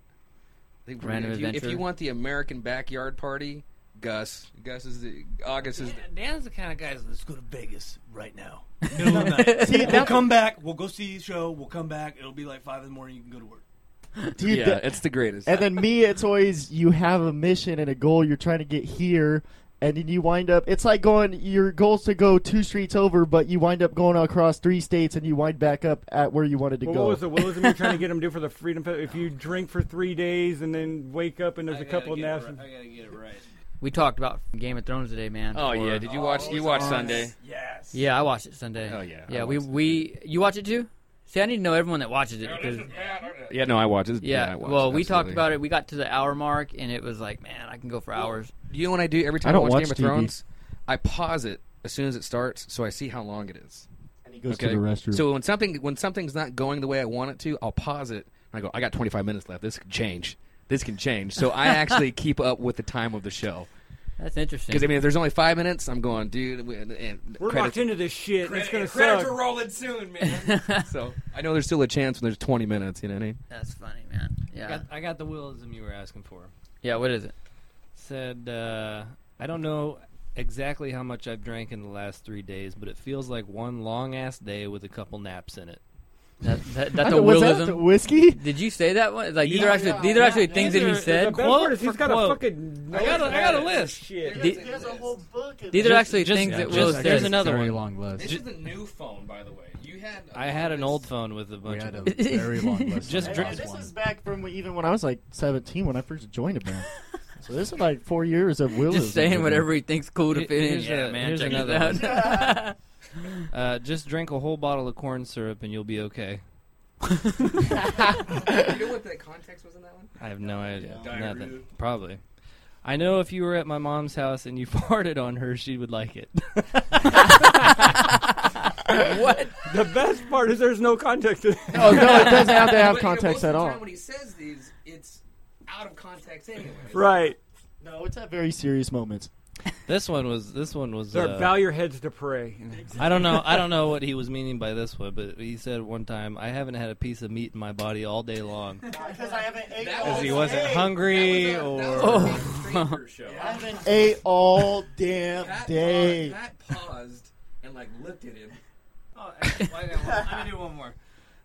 [SPEAKER 4] I think
[SPEAKER 1] Random
[SPEAKER 4] if you, If
[SPEAKER 1] adventure.
[SPEAKER 4] you want the American backyard party, Gus, Gus is the August is. the-
[SPEAKER 6] Dan's the kind of guy. that's, Let's go to Vegas right
[SPEAKER 12] <laughs>
[SPEAKER 6] now. <laughs>
[SPEAKER 3] See,
[SPEAKER 6] we'll
[SPEAKER 3] that,
[SPEAKER 6] come back. We'll go see the show. We'll come back. It'll be like five in the morning. You can go to work.
[SPEAKER 3] dude,
[SPEAKER 4] yeah,
[SPEAKER 3] that-
[SPEAKER 4] <laughs> it's the greatest.
[SPEAKER 3] and then me, it's always you have a mission and a goal you're trying to get here, and then you wind up. It's like going your goal's to go two streets over, but you wind up going across three states, and you wind back up at where you wanted to
[SPEAKER 2] Well,
[SPEAKER 3] go.
[SPEAKER 2] what was the what was <laughs> me trying to get him to do for the freedom? Fest? If you drink for three days and then wake up and there's
[SPEAKER 6] I
[SPEAKER 2] a
[SPEAKER 6] gotta
[SPEAKER 2] couple of
[SPEAKER 6] get it
[SPEAKER 2] naps.
[SPEAKER 6] ri- I gotta get it right.
[SPEAKER 1] we talked about Game of Thrones today, man.
[SPEAKER 4] oh
[SPEAKER 1] Or-
[SPEAKER 4] yeah, did you watch? You watched Sunday?
[SPEAKER 12] Yes.
[SPEAKER 1] yeah, I watched it Sunday.
[SPEAKER 4] Oh, yeah, I
[SPEAKER 1] yeah. We
[SPEAKER 4] watched it.
[SPEAKER 1] we you watch it too? See, I need to know everyone that watches it because
[SPEAKER 4] Yeah, no, I watched. it.
[SPEAKER 1] yeah.
[SPEAKER 4] I watched,
[SPEAKER 1] well, we talked about it. We got to the hour mark, and it was like, man, I can go for hours.
[SPEAKER 4] You know what I do every time I,
[SPEAKER 3] don't
[SPEAKER 4] watch,
[SPEAKER 3] watch
[SPEAKER 4] Game of
[SPEAKER 3] TV.
[SPEAKER 4] Thrones? I pause it as soon as it starts, so I see how long it is.
[SPEAKER 3] and he goes
[SPEAKER 4] Okay.
[SPEAKER 3] to the restroom.
[SPEAKER 4] So when something when something's not going the way I want it to, I'll pause it and I go, I got 25 minutes left. This can change. This can change. So <laughs> I actually keep up with the time of the show.
[SPEAKER 1] That's interesting.
[SPEAKER 4] Because I mean, if there's only five minutes, I'm going, dude. we- And, and
[SPEAKER 2] We're
[SPEAKER 4] credits-
[SPEAKER 2] locked into this shit. and it's gonna
[SPEAKER 6] Credits
[SPEAKER 2] suck.
[SPEAKER 6] are rolling soon, man. <laughs>
[SPEAKER 4] So I know there's still a chance when there's 20 minutes. You know what I mean?
[SPEAKER 1] That's funny, man.
[SPEAKER 6] I,
[SPEAKER 1] Yeah.
[SPEAKER 6] got, I got the willism you were asking for.
[SPEAKER 1] Yeah. What is it?
[SPEAKER 6] said, uh, I don't know exactly how much I've drank in the last three days, but it feels like one long ass day with a couple naps in it.
[SPEAKER 1] That, that, that's a
[SPEAKER 3] was that
[SPEAKER 1] willism.
[SPEAKER 3] the whiskey?
[SPEAKER 1] Did you say that one? Like these
[SPEAKER 6] Yeah,
[SPEAKER 1] are actually these are actually
[SPEAKER 6] yeah,
[SPEAKER 1] things
[SPEAKER 6] these
[SPEAKER 1] that he
[SPEAKER 6] are-
[SPEAKER 1] said.
[SPEAKER 2] The best part is he's got a fucking.
[SPEAKER 6] I got a- I got a
[SPEAKER 2] notepad.
[SPEAKER 6] list.
[SPEAKER 2] Shit.
[SPEAKER 1] The-
[SPEAKER 9] There's a whole book. in
[SPEAKER 1] These are
[SPEAKER 9] there.
[SPEAKER 1] actually things that Will
[SPEAKER 6] just-
[SPEAKER 1] says.
[SPEAKER 6] here's another
[SPEAKER 12] very
[SPEAKER 6] one.
[SPEAKER 12] long list.
[SPEAKER 4] is the new phone, by the way. You had
[SPEAKER 6] I had an old phone with a
[SPEAKER 12] we
[SPEAKER 6] bunch
[SPEAKER 12] had
[SPEAKER 1] <laughs>
[SPEAKER 12] a
[SPEAKER 6] of.
[SPEAKER 12] very long list.
[SPEAKER 6] Just
[SPEAKER 12] on
[SPEAKER 6] drink-
[SPEAKER 12] that
[SPEAKER 9] This
[SPEAKER 12] one.
[SPEAKER 9] is back from
[SPEAKER 3] Even when I was like 17, when I first joined it, man. so this is like four years of will.
[SPEAKER 1] Just saying whatever he thinks cool to
[SPEAKER 6] Here-
[SPEAKER 1] fit in.
[SPEAKER 6] here's
[SPEAKER 1] Yeah,
[SPEAKER 6] a-
[SPEAKER 1] man.
[SPEAKER 6] here's
[SPEAKER 1] Check it
[SPEAKER 6] another
[SPEAKER 1] out. <laughs>
[SPEAKER 6] Uh, just drink a whole bottle of corn syrup and you'll be okay.
[SPEAKER 4] <laughs> you know what the context was in that one?
[SPEAKER 6] I have no idea.
[SPEAKER 4] Diarrhea.
[SPEAKER 6] Nothing. Probably. I know if you were at my mom's house and you <laughs> farted on her, she would like it. <laughs>
[SPEAKER 1] <laughs> what?
[SPEAKER 2] The best part is there's no
[SPEAKER 6] <laughs>
[SPEAKER 2] context. to that.
[SPEAKER 3] Oh no, it doesn't have
[SPEAKER 4] <laughs>
[SPEAKER 3] to have
[SPEAKER 4] But, you know,
[SPEAKER 3] context
[SPEAKER 4] most of
[SPEAKER 3] at
[SPEAKER 4] the
[SPEAKER 3] all.
[SPEAKER 4] time when he says these, it's out of context anyway.
[SPEAKER 2] <laughs> right.
[SPEAKER 3] No, it's at very serious moments.
[SPEAKER 6] this one was. This one was.
[SPEAKER 2] Sir,
[SPEAKER 6] uh,
[SPEAKER 2] bow your heads to pray.
[SPEAKER 6] I don't know. I don't know what he was meaning by this one, but he said one time, "I haven't had a piece of meat in my body all day
[SPEAKER 4] <laughs>
[SPEAKER 6] long
[SPEAKER 9] because I haven't ate.
[SPEAKER 4] That
[SPEAKER 9] all
[SPEAKER 6] because he
[SPEAKER 9] day.
[SPEAKER 6] wasn't hungry."
[SPEAKER 4] Oh,
[SPEAKER 6] or
[SPEAKER 4] That was a <laughs> Big
[SPEAKER 1] Oh.
[SPEAKER 4] Stranger show.
[SPEAKER 9] I haven't.
[SPEAKER 3] Ate all damn
[SPEAKER 4] Pat
[SPEAKER 3] day.
[SPEAKER 9] <laughs>
[SPEAKER 4] paused- Pat paused and like looked at him.
[SPEAKER 6] I'm gonna do one more.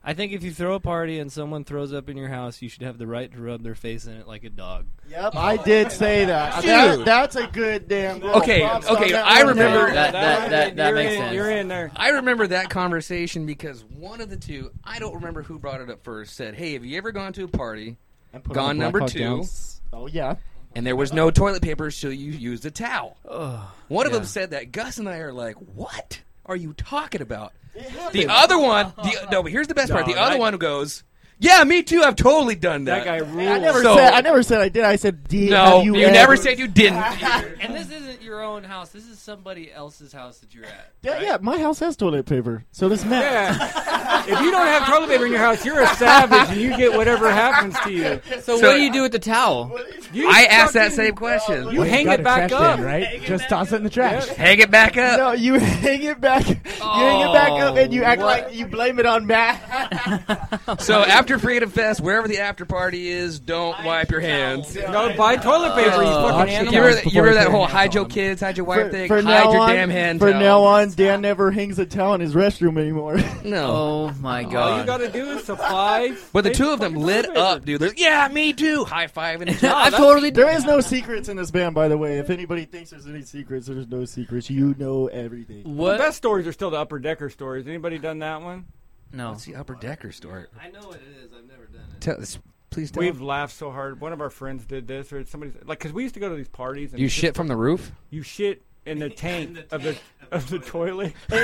[SPEAKER 6] I think if you throw a party and someone throws up in your house, you should have the right to rub their face in it like a dog.
[SPEAKER 3] Yep, I did say that. That- that's a good damn. little
[SPEAKER 4] Okay,
[SPEAKER 3] props on
[SPEAKER 4] okay.
[SPEAKER 3] that
[SPEAKER 4] I
[SPEAKER 3] one,
[SPEAKER 4] remember
[SPEAKER 3] Dave.
[SPEAKER 2] you're in- you're in there.
[SPEAKER 4] I remember that conversation because one of the two, I don't remember who brought it up first, said, "Hey, have you ever gone to a party,
[SPEAKER 3] put on Black
[SPEAKER 4] gone number
[SPEAKER 3] Hawk
[SPEAKER 4] two,
[SPEAKER 3] Down. Oh yeah.
[SPEAKER 4] and there was no toilet paper, so you used a towel?"
[SPEAKER 1] Ugh,
[SPEAKER 4] one of
[SPEAKER 1] yeah.
[SPEAKER 4] them said that. Gus and I are like, "What are you talking about?" The
[SPEAKER 1] happens.
[SPEAKER 4] other one, the, no, but here's the best part.
[SPEAKER 1] No,
[SPEAKER 4] The other
[SPEAKER 1] that-
[SPEAKER 4] one goes, "Yeah, me too. I've totally done that."
[SPEAKER 1] guy
[SPEAKER 3] Hey, I never
[SPEAKER 4] So-
[SPEAKER 3] said. I never said I did. I said did.
[SPEAKER 4] No,
[SPEAKER 3] have you,
[SPEAKER 4] you
[SPEAKER 3] ever-
[SPEAKER 4] never said
[SPEAKER 3] <laughs>
[SPEAKER 4] you didn't.
[SPEAKER 6] and this isn't your own house. This is somebody else's house that you're at.
[SPEAKER 3] Yeah, yeah. My house has toilet paper. So does Matt.
[SPEAKER 2] Yeah. if you don't have toilet paper in your house,
[SPEAKER 3] <laughs>
[SPEAKER 2] you're a savage, and you get whatever happens to you.
[SPEAKER 1] So, what do you do with the towel?
[SPEAKER 2] You
[SPEAKER 4] I asked that
[SPEAKER 2] fucking-
[SPEAKER 4] same question.
[SPEAKER 2] You hang it back up,
[SPEAKER 14] right? Just toss it in the trash.
[SPEAKER 2] <laughs>
[SPEAKER 4] Hang it back
[SPEAKER 3] <laughs>
[SPEAKER 4] up.
[SPEAKER 3] No, you hang it back. you hang it back up, and you act
[SPEAKER 4] Oh, what?
[SPEAKER 3] like you blame it on Matt.
[SPEAKER 4] <laughs> So after Freedom Fest, wherever the after party is, don't wipe your hands.
[SPEAKER 2] No, buy
[SPEAKER 4] Uh,
[SPEAKER 2] toilet paper, you fucking animal.
[SPEAKER 4] Wash your You remember,
[SPEAKER 2] hands
[SPEAKER 4] you remember
[SPEAKER 2] before you
[SPEAKER 4] that
[SPEAKER 2] put
[SPEAKER 4] whole
[SPEAKER 2] your
[SPEAKER 4] hide
[SPEAKER 2] hands
[SPEAKER 4] your
[SPEAKER 2] on.
[SPEAKER 4] kids, hide your wife thing,
[SPEAKER 3] for
[SPEAKER 4] hide
[SPEAKER 3] now
[SPEAKER 4] your
[SPEAKER 3] on,
[SPEAKER 4] damn hand.
[SPEAKER 3] For
[SPEAKER 4] towel.
[SPEAKER 3] now on, Dan never hangs a towel in his restroom anymore. <laughs>
[SPEAKER 4] No.
[SPEAKER 1] Oh my
[SPEAKER 2] All you
[SPEAKER 1] god.
[SPEAKER 2] gotta do is supply.
[SPEAKER 4] But the two of them lit up, dude. They're, yeah, me too. High
[SPEAKER 2] <laughs>
[SPEAKER 4] five and
[SPEAKER 1] I totally
[SPEAKER 3] There is no secrets in this band, by the way. If anybody thinks there's any secrets, there's no secrets. You know everything.
[SPEAKER 2] The best stories are still the upper decker stories. Anybody done that one?
[SPEAKER 1] No.
[SPEAKER 4] What's the upper decker story?
[SPEAKER 6] I know what it is. I've never done it.
[SPEAKER 4] Tell us, please tell.
[SPEAKER 2] We've laughed so hard. One of our friends did this, or somebody's like, because we used to go to these parties. And
[SPEAKER 4] you shit from the roof.
[SPEAKER 2] You shit <laughs> in the tank, of the of the toilet.
[SPEAKER 3] Oh,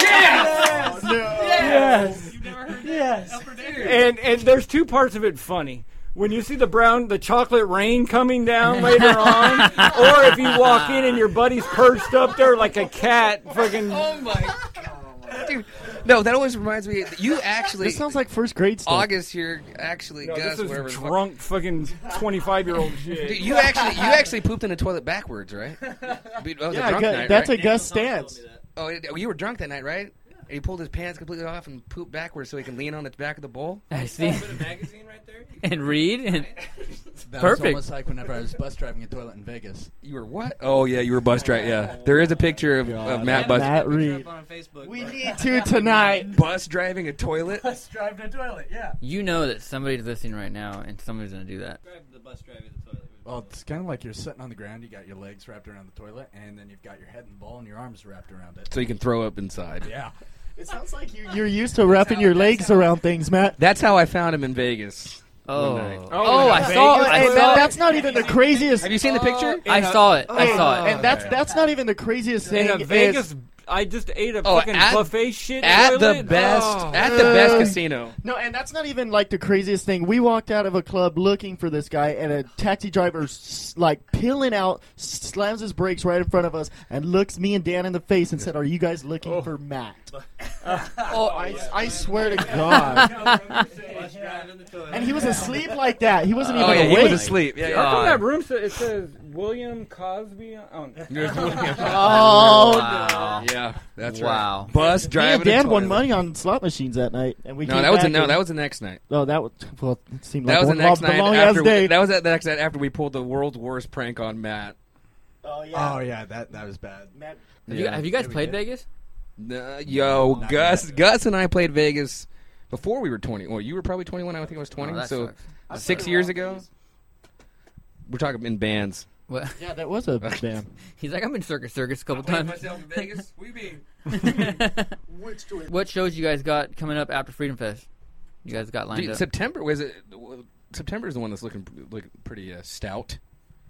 [SPEAKER 14] Yes!
[SPEAKER 2] Yes.
[SPEAKER 14] You've never heard
[SPEAKER 2] Yes.
[SPEAKER 14] that?
[SPEAKER 2] and and there's two parts of it funny. When you see the brown, the chocolate rain coming
[SPEAKER 14] <laughs>
[SPEAKER 2] down later on, or if you walk in and your buddy's perched up there like a cat, fucking.
[SPEAKER 4] Oh my god, dude! <laughs> No, that always reminds me. You actually
[SPEAKER 3] This sounds like first grade stuff.
[SPEAKER 4] August here actually
[SPEAKER 2] No,
[SPEAKER 4] Gus
[SPEAKER 2] this is
[SPEAKER 4] wherever. the fuck-
[SPEAKER 2] drunk fucking twenty-five-year-old shit.
[SPEAKER 4] Dude, you actually you actually pooped in the toilet backwards, right?
[SPEAKER 6] <laughs>
[SPEAKER 4] Dude, that was a
[SPEAKER 3] Yeah,
[SPEAKER 4] drunk
[SPEAKER 3] Gu-
[SPEAKER 4] night,
[SPEAKER 3] that's
[SPEAKER 4] right?
[SPEAKER 3] a Gus stance.
[SPEAKER 4] Oh, it- you were drunk that night, right? And He pulled his pants completely off and pooped backwards so he can lean on the back of the bowl.
[SPEAKER 1] I see. <laughs>
[SPEAKER 3] <laughs>
[SPEAKER 6] magazine right there.
[SPEAKER 1] and read and
[SPEAKER 12] That was
[SPEAKER 1] perfect.
[SPEAKER 12] almost like whenever I was bus driving a toilet in Vegas.
[SPEAKER 4] You were what? Oh yeah, you were bus right. Yeah, there is a picture of, of Matt bus
[SPEAKER 3] Matt Reed.
[SPEAKER 12] We
[SPEAKER 3] need to tonight.
[SPEAKER 4] bus driving
[SPEAKER 6] <laughs>
[SPEAKER 4] a toilet.
[SPEAKER 12] Bus driving a toilet, yeah.
[SPEAKER 1] You know that somebody's listening right now, and somebody's gonna do that.
[SPEAKER 6] The bus driving the toilet.
[SPEAKER 12] Well, it's kind of like you're sitting on the ground. You got your legs wrapped around the toilet, and then you've got your head in the bowl and your arms wrapped
[SPEAKER 2] <laughs>
[SPEAKER 12] around it. <laughs>
[SPEAKER 4] So you can throw up inside.
[SPEAKER 12] Yeah.
[SPEAKER 3] It sounds like you, you're used to wrapping your legs around things, Matt.
[SPEAKER 4] That's how I found him in Vegas.
[SPEAKER 1] Oh.
[SPEAKER 4] one night.
[SPEAKER 1] Oh, I
[SPEAKER 3] Hey,
[SPEAKER 1] saw.
[SPEAKER 3] that-
[SPEAKER 1] I
[SPEAKER 3] hey,
[SPEAKER 1] saw.
[SPEAKER 3] that- that's Oh, not even the craziest.
[SPEAKER 4] Have you seen the picture?
[SPEAKER 1] I saw it. I saw it.
[SPEAKER 3] And that's that's not even the craziest thing.
[SPEAKER 2] in a
[SPEAKER 3] is-
[SPEAKER 2] Vegas. I just ate a
[SPEAKER 4] Oh,
[SPEAKER 2] fucking
[SPEAKER 4] at-
[SPEAKER 2] buffet shit
[SPEAKER 4] At the
[SPEAKER 2] toilet?
[SPEAKER 4] best,
[SPEAKER 2] Oh.
[SPEAKER 4] at the best
[SPEAKER 3] Uh,
[SPEAKER 4] casino.
[SPEAKER 3] No, and that's not even like the craziest thing. We walked out of a club looking for this guy, and a taxi driver, s- like peeling out, slams his brakes right in front of us, and looks me and Dan in the face and said, "Are you guys looking for Matt?" oh, I, I swear to God. and he
[SPEAKER 2] <laughs>
[SPEAKER 3] was asleep like that. He wasn't even
[SPEAKER 4] oh yeah,
[SPEAKER 3] awake.
[SPEAKER 4] he was asleep. Yeah,
[SPEAKER 2] How come
[SPEAKER 4] yeah.
[SPEAKER 2] that room sa- it says William Cosby? on- Oh, no. <laughs>
[SPEAKER 3] Oh,
[SPEAKER 1] Wow.
[SPEAKER 4] Yeah, that's
[SPEAKER 1] Wow.
[SPEAKER 4] right. Bus
[SPEAKER 3] Me
[SPEAKER 4] driving.
[SPEAKER 3] and Dan
[SPEAKER 4] a
[SPEAKER 3] won
[SPEAKER 4] toilet.
[SPEAKER 3] money on slot machines that night, and we
[SPEAKER 4] No,
[SPEAKER 3] came
[SPEAKER 4] that was
[SPEAKER 3] back
[SPEAKER 4] a, no,
[SPEAKER 3] and-
[SPEAKER 4] that was the next night.
[SPEAKER 3] No, that was well. It seemed like
[SPEAKER 4] That was the
[SPEAKER 3] one
[SPEAKER 4] next
[SPEAKER 3] long,
[SPEAKER 4] night
[SPEAKER 3] the long
[SPEAKER 4] after
[SPEAKER 3] ass
[SPEAKER 4] we,
[SPEAKER 3] day.
[SPEAKER 4] that was the next night after we pulled the world's worst prank on Matt.
[SPEAKER 3] oh yeah,
[SPEAKER 12] Oh yeah, that that was bad.
[SPEAKER 3] Matt,
[SPEAKER 1] Have, you,
[SPEAKER 4] Yeah.
[SPEAKER 1] have you guys
[SPEAKER 12] Yeah, we
[SPEAKER 1] played
[SPEAKER 12] did.
[SPEAKER 1] Vegas?
[SPEAKER 4] Nah, yo,
[SPEAKER 12] Not
[SPEAKER 4] Gus,
[SPEAKER 12] yet.
[SPEAKER 4] Gus and I played Vegas before we were twenty. Well, you were probably twenty-one. I think I was twenty.
[SPEAKER 1] Oh, that
[SPEAKER 4] so
[SPEAKER 1] sucks.
[SPEAKER 4] six
[SPEAKER 3] played
[SPEAKER 4] years
[SPEAKER 3] Wild
[SPEAKER 4] ago,
[SPEAKER 3] Things.
[SPEAKER 4] we're talking in bands.
[SPEAKER 1] What? <laughs>
[SPEAKER 3] yeah, that was
[SPEAKER 4] <laughs>
[SPEAKER 3] a band.
[SPEAKER 1] He's like, I've been circus circus a couple times. <laughs>
[SPEAKER 4] Vegas. We mean.
[SPEAKER 1] what shows you guys got coming up after Freedom Fest? You guys got lined
[SPEAKER 4] Dude,
[SPEAKER 1] up.
[SPEAKER 4] September was it? September is the one that's looking look pretty uh, stout.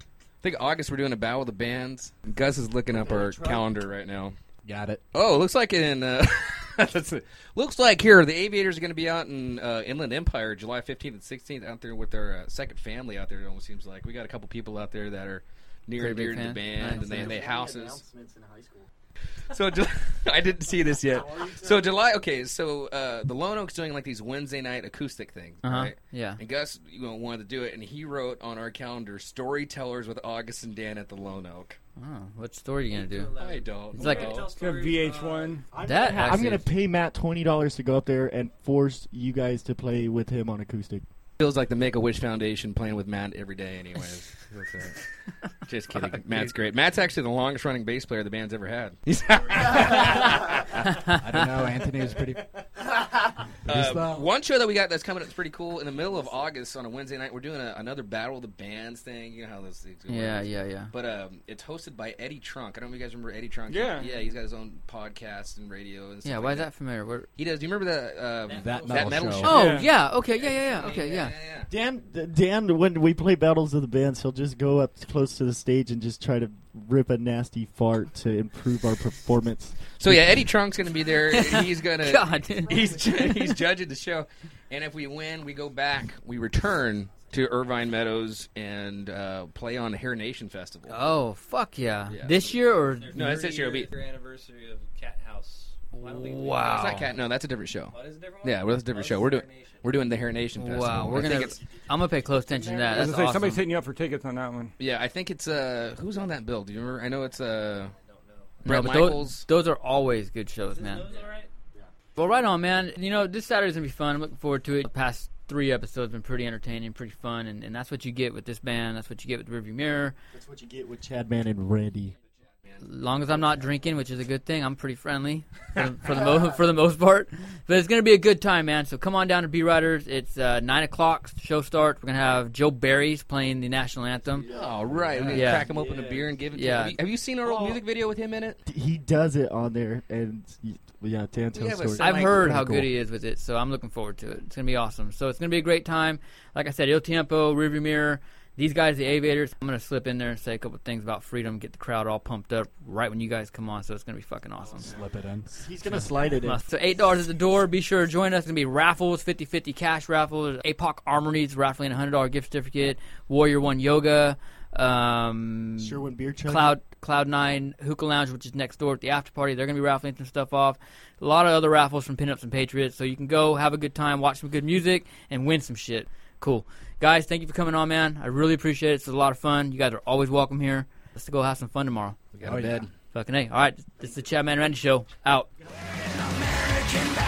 [SPEAKER 4] I think August we're doing a battle of the bands. Gus is looking up our calendar right now.
[SPEAKER 12] Got it.
[SPEAKER 4] Oh, looks like in uh, <laughs> that's it. looks like here the Aviators are going to be out in uh, Inland Empire July 15th and 16th out there with their uh, second family out there. It almost seems like we got a couple people out there that are near and
[SPEAKER 1] Pretty
[SPEAKER 4] dear
[SPEAKER 1] big
[SPEAKER 4] to the
[SPEAKER 1] fans.
[SPEAKER 4] band
[SPEAKER 1] Nice.
[SPEAKER 4] and they, they houses.
[SPEAKER 3] Announcements in high school.
[SPEAKER 4] <laughs> So Ju- I didn't see this yet. So July, okay. So uh, the Lone Oaks doing like these Wednesday night acoustic things,
[SPEAKER 1] Uh-huh.
[SPEAKER 4] right?
[SPEAKER 1] Yeah.
[SPEAKER 4] And Gus you know, wanted to do it, and he wrote on our calendar "Storytellers with August and Dan at the Lone Oak."
[SPEAKER 1] Oh, what story are you gonna do?
[SPEAKER 4] I don't.
[SPEAKER 1] It's like-
[SPEAKER 4] know.
[SPEAKER 2] It's a VH1.
[SPEAKER 1] That
[SPEAKER 3] I'm
[SPEAKER 1] actually
[SPEAKER 3] gonna
[SPEAKER 1] is-
[SPEAKER 4] <laughs>
[SPEAKER 3] pay Matt twenty dollars to go up there and force you guys to play with him on acoustic.
[SPEAKER 4] feels like the Make a Wish Foundation playing with Matt every day, anyways.
[SPEAKER 1] <laughs>
[SPEAKER 4] That's it. Just kidding.
[SPEAKER 6] Fuck,
[SPEAKER 4] Matt's
[SPEAKER 6] dude.
[SPEAKER 4] great. Matt's actually the longest running bass player the band's ever had.
[SPEAKER 6] I
[SPEAKER 4] don't
[SPEAKER 6] know. Anthony was pretty-
[SPEAKER 4] Uh, one show that we got that's coming up is pretty cool. In the middle of August on a Wednesday night, we're doing a, another Battle of the Bands thing. You know how those things work.
[SPEAKER 1] Yeah, yeah, yeah.
[SPEAKER 4] But um, it's hosted by Eddie Trunk. I don't know if you guys remember Eddie Trunk.
[SPEAKER 1] Yeah.
[SPEAKER 4] Yeah, he's got his own podcast and radio and stuff.
[SPEAKER 1] Yeah,
[SPEAKER 4] like
[SPEAKER 1] why is that familiar? Where,
[SPEAKER 4] He does. Do you remember that? Um, that,
[SPEAKER 1] Metal
[SPEAKER 4] metal show.
[SPEAKER 1] Show. Oh, Yeah. yeah, okay, yeah, yeah, yeah, okay, yeah.
[SPEAKER 3] <laughs> Dan, Dan, when we play battles of the bands, he'll just go up close to the stage and just try to rip a nasty fart to improve our performance.
[SPEAKER 4] So yeah, Eddie Trunk's going to
[SPEAKER 1] <laughs>
[SPEAKER 4] be there. He's going to
[SPEAKER 1] God.
[SPEAKER 4] <laughs> he's ju- he's judging the show, and if we win, we go back. We return to Irvine Meadows and uh, play on Hair Nation Festival.
[SPEAKER 1] Oh, fuck yeah.
[SPEAKER 4] Yeah.
[SPEAKER 1] This year or
[SPEAKER 4] No, it's this year. It'll be
[SPEAKER 10] Your anniversary of Cat House. Why don't we-
[SPEAKER 1] Wow.
[SPEAKER 4] It's not cat. No, that's a different show.
[SPEAKER 10] Oh, that's a different one?
[SPEAKER 4] yeah, well, that's a different show. We're doing we're doing the Hair Nation Festival.
[SPEAKER 1] Wow, we're
[SPEAKER 4] I think
[SPEAKER 1] gonna.
[SPEAKER 4] it's-
[SPEAKER 1] I'm gonna pay close attention to that.
[SPEAKER 2] I was
[SPEAKER 1] That's
[SPEAKER 2] gonna say,
[SPEAKER 1] awesome.
[SPEAKER 2] Somebody's hitting you up for tickets on that one.
[SPEAKER 4] yeah, I think it's uh who's on that bill? Do you remember? I know it's uh
[SPEAKER 1] No,
[SPEAKER 4] Brett
[SPEAKER 1] but
[SPEAKER 4] Michaels.
[SPEAKER 1] those, those are always good shows, man. Well, right on, man. You know, this Saturday's gonna be fun. I'm looking forward to it. The past three episodes have been pretty entertaining, pretty fun, and, and that's what you get with this band. That's what you get with Rearview Mirror.
[SPEAKER 3] That's what you get with Chad Man and Randy.
[SPEAKER 1] long as I'm not drinking, which is a good thing. I'm pretty friendly for, for the mo- for the most part. But it's gonna be a good time, man. So come on down to B Riders. It's uh, nine o'clock. Show starts. We're gonna have Joe Barry's playing the national anthem.
[SPEAKER 4] All Oh, right, we're gonna
[SPEAKER 1] Yeah.
[SPEAKER 4] crack him open a beer and give it.
[SPEAKER 1] Yeah.
[SPEAKER 4] to him. Have you, have you seen our old music video with him in it?
[SPEAKER 3] He does it on there, and y- yeah, Dan tells stories.
[SPEAKER 1] I've heard how good he is with it, so I'm looking forward to it. It's gonna be awesome. So it's gonna be a great time. Like I said, Il Tiempo, Rearview Mirror, these guys, the Aviators. I'm gonna slip in there and say a couple things about freedom, get the crowd all pumped up right when you guys come on. So it's gonna be fucking awesome. Slip it in.
[SPEAKER 3] He's gonna slide it in.
[SPEAKER 1] So eight dollars at the door. Be sure to join us. It's gonna be raffles, 50-50 cash raffles, APOC Armories raffling a hundred dollar gift certificate, Warrior One Yoga, um,
[SPEAKER 3] Sherwin Beer Chug.
[SPEAKER 1] Cloud Cloud Nine Hookah Lounge, which is next door at the after party. They're gonna be raffling some stuff off. A lot of other raffles from Pinups and Patriots. So you can go have a good time, watch some good music, and win some shit. Cool, guys. Thank you for coming on, man. I really appreciate it. It's a lot of fun. You guys are always welcome here. Let's go have some fun tomorrow. We
[SPEAKER 4] got a Oh, yeah. bed.
[SPEAKER 1] Fucking a. All right, this is the Chad Man Randy Show. Out.
[SPEAKER 15] American back.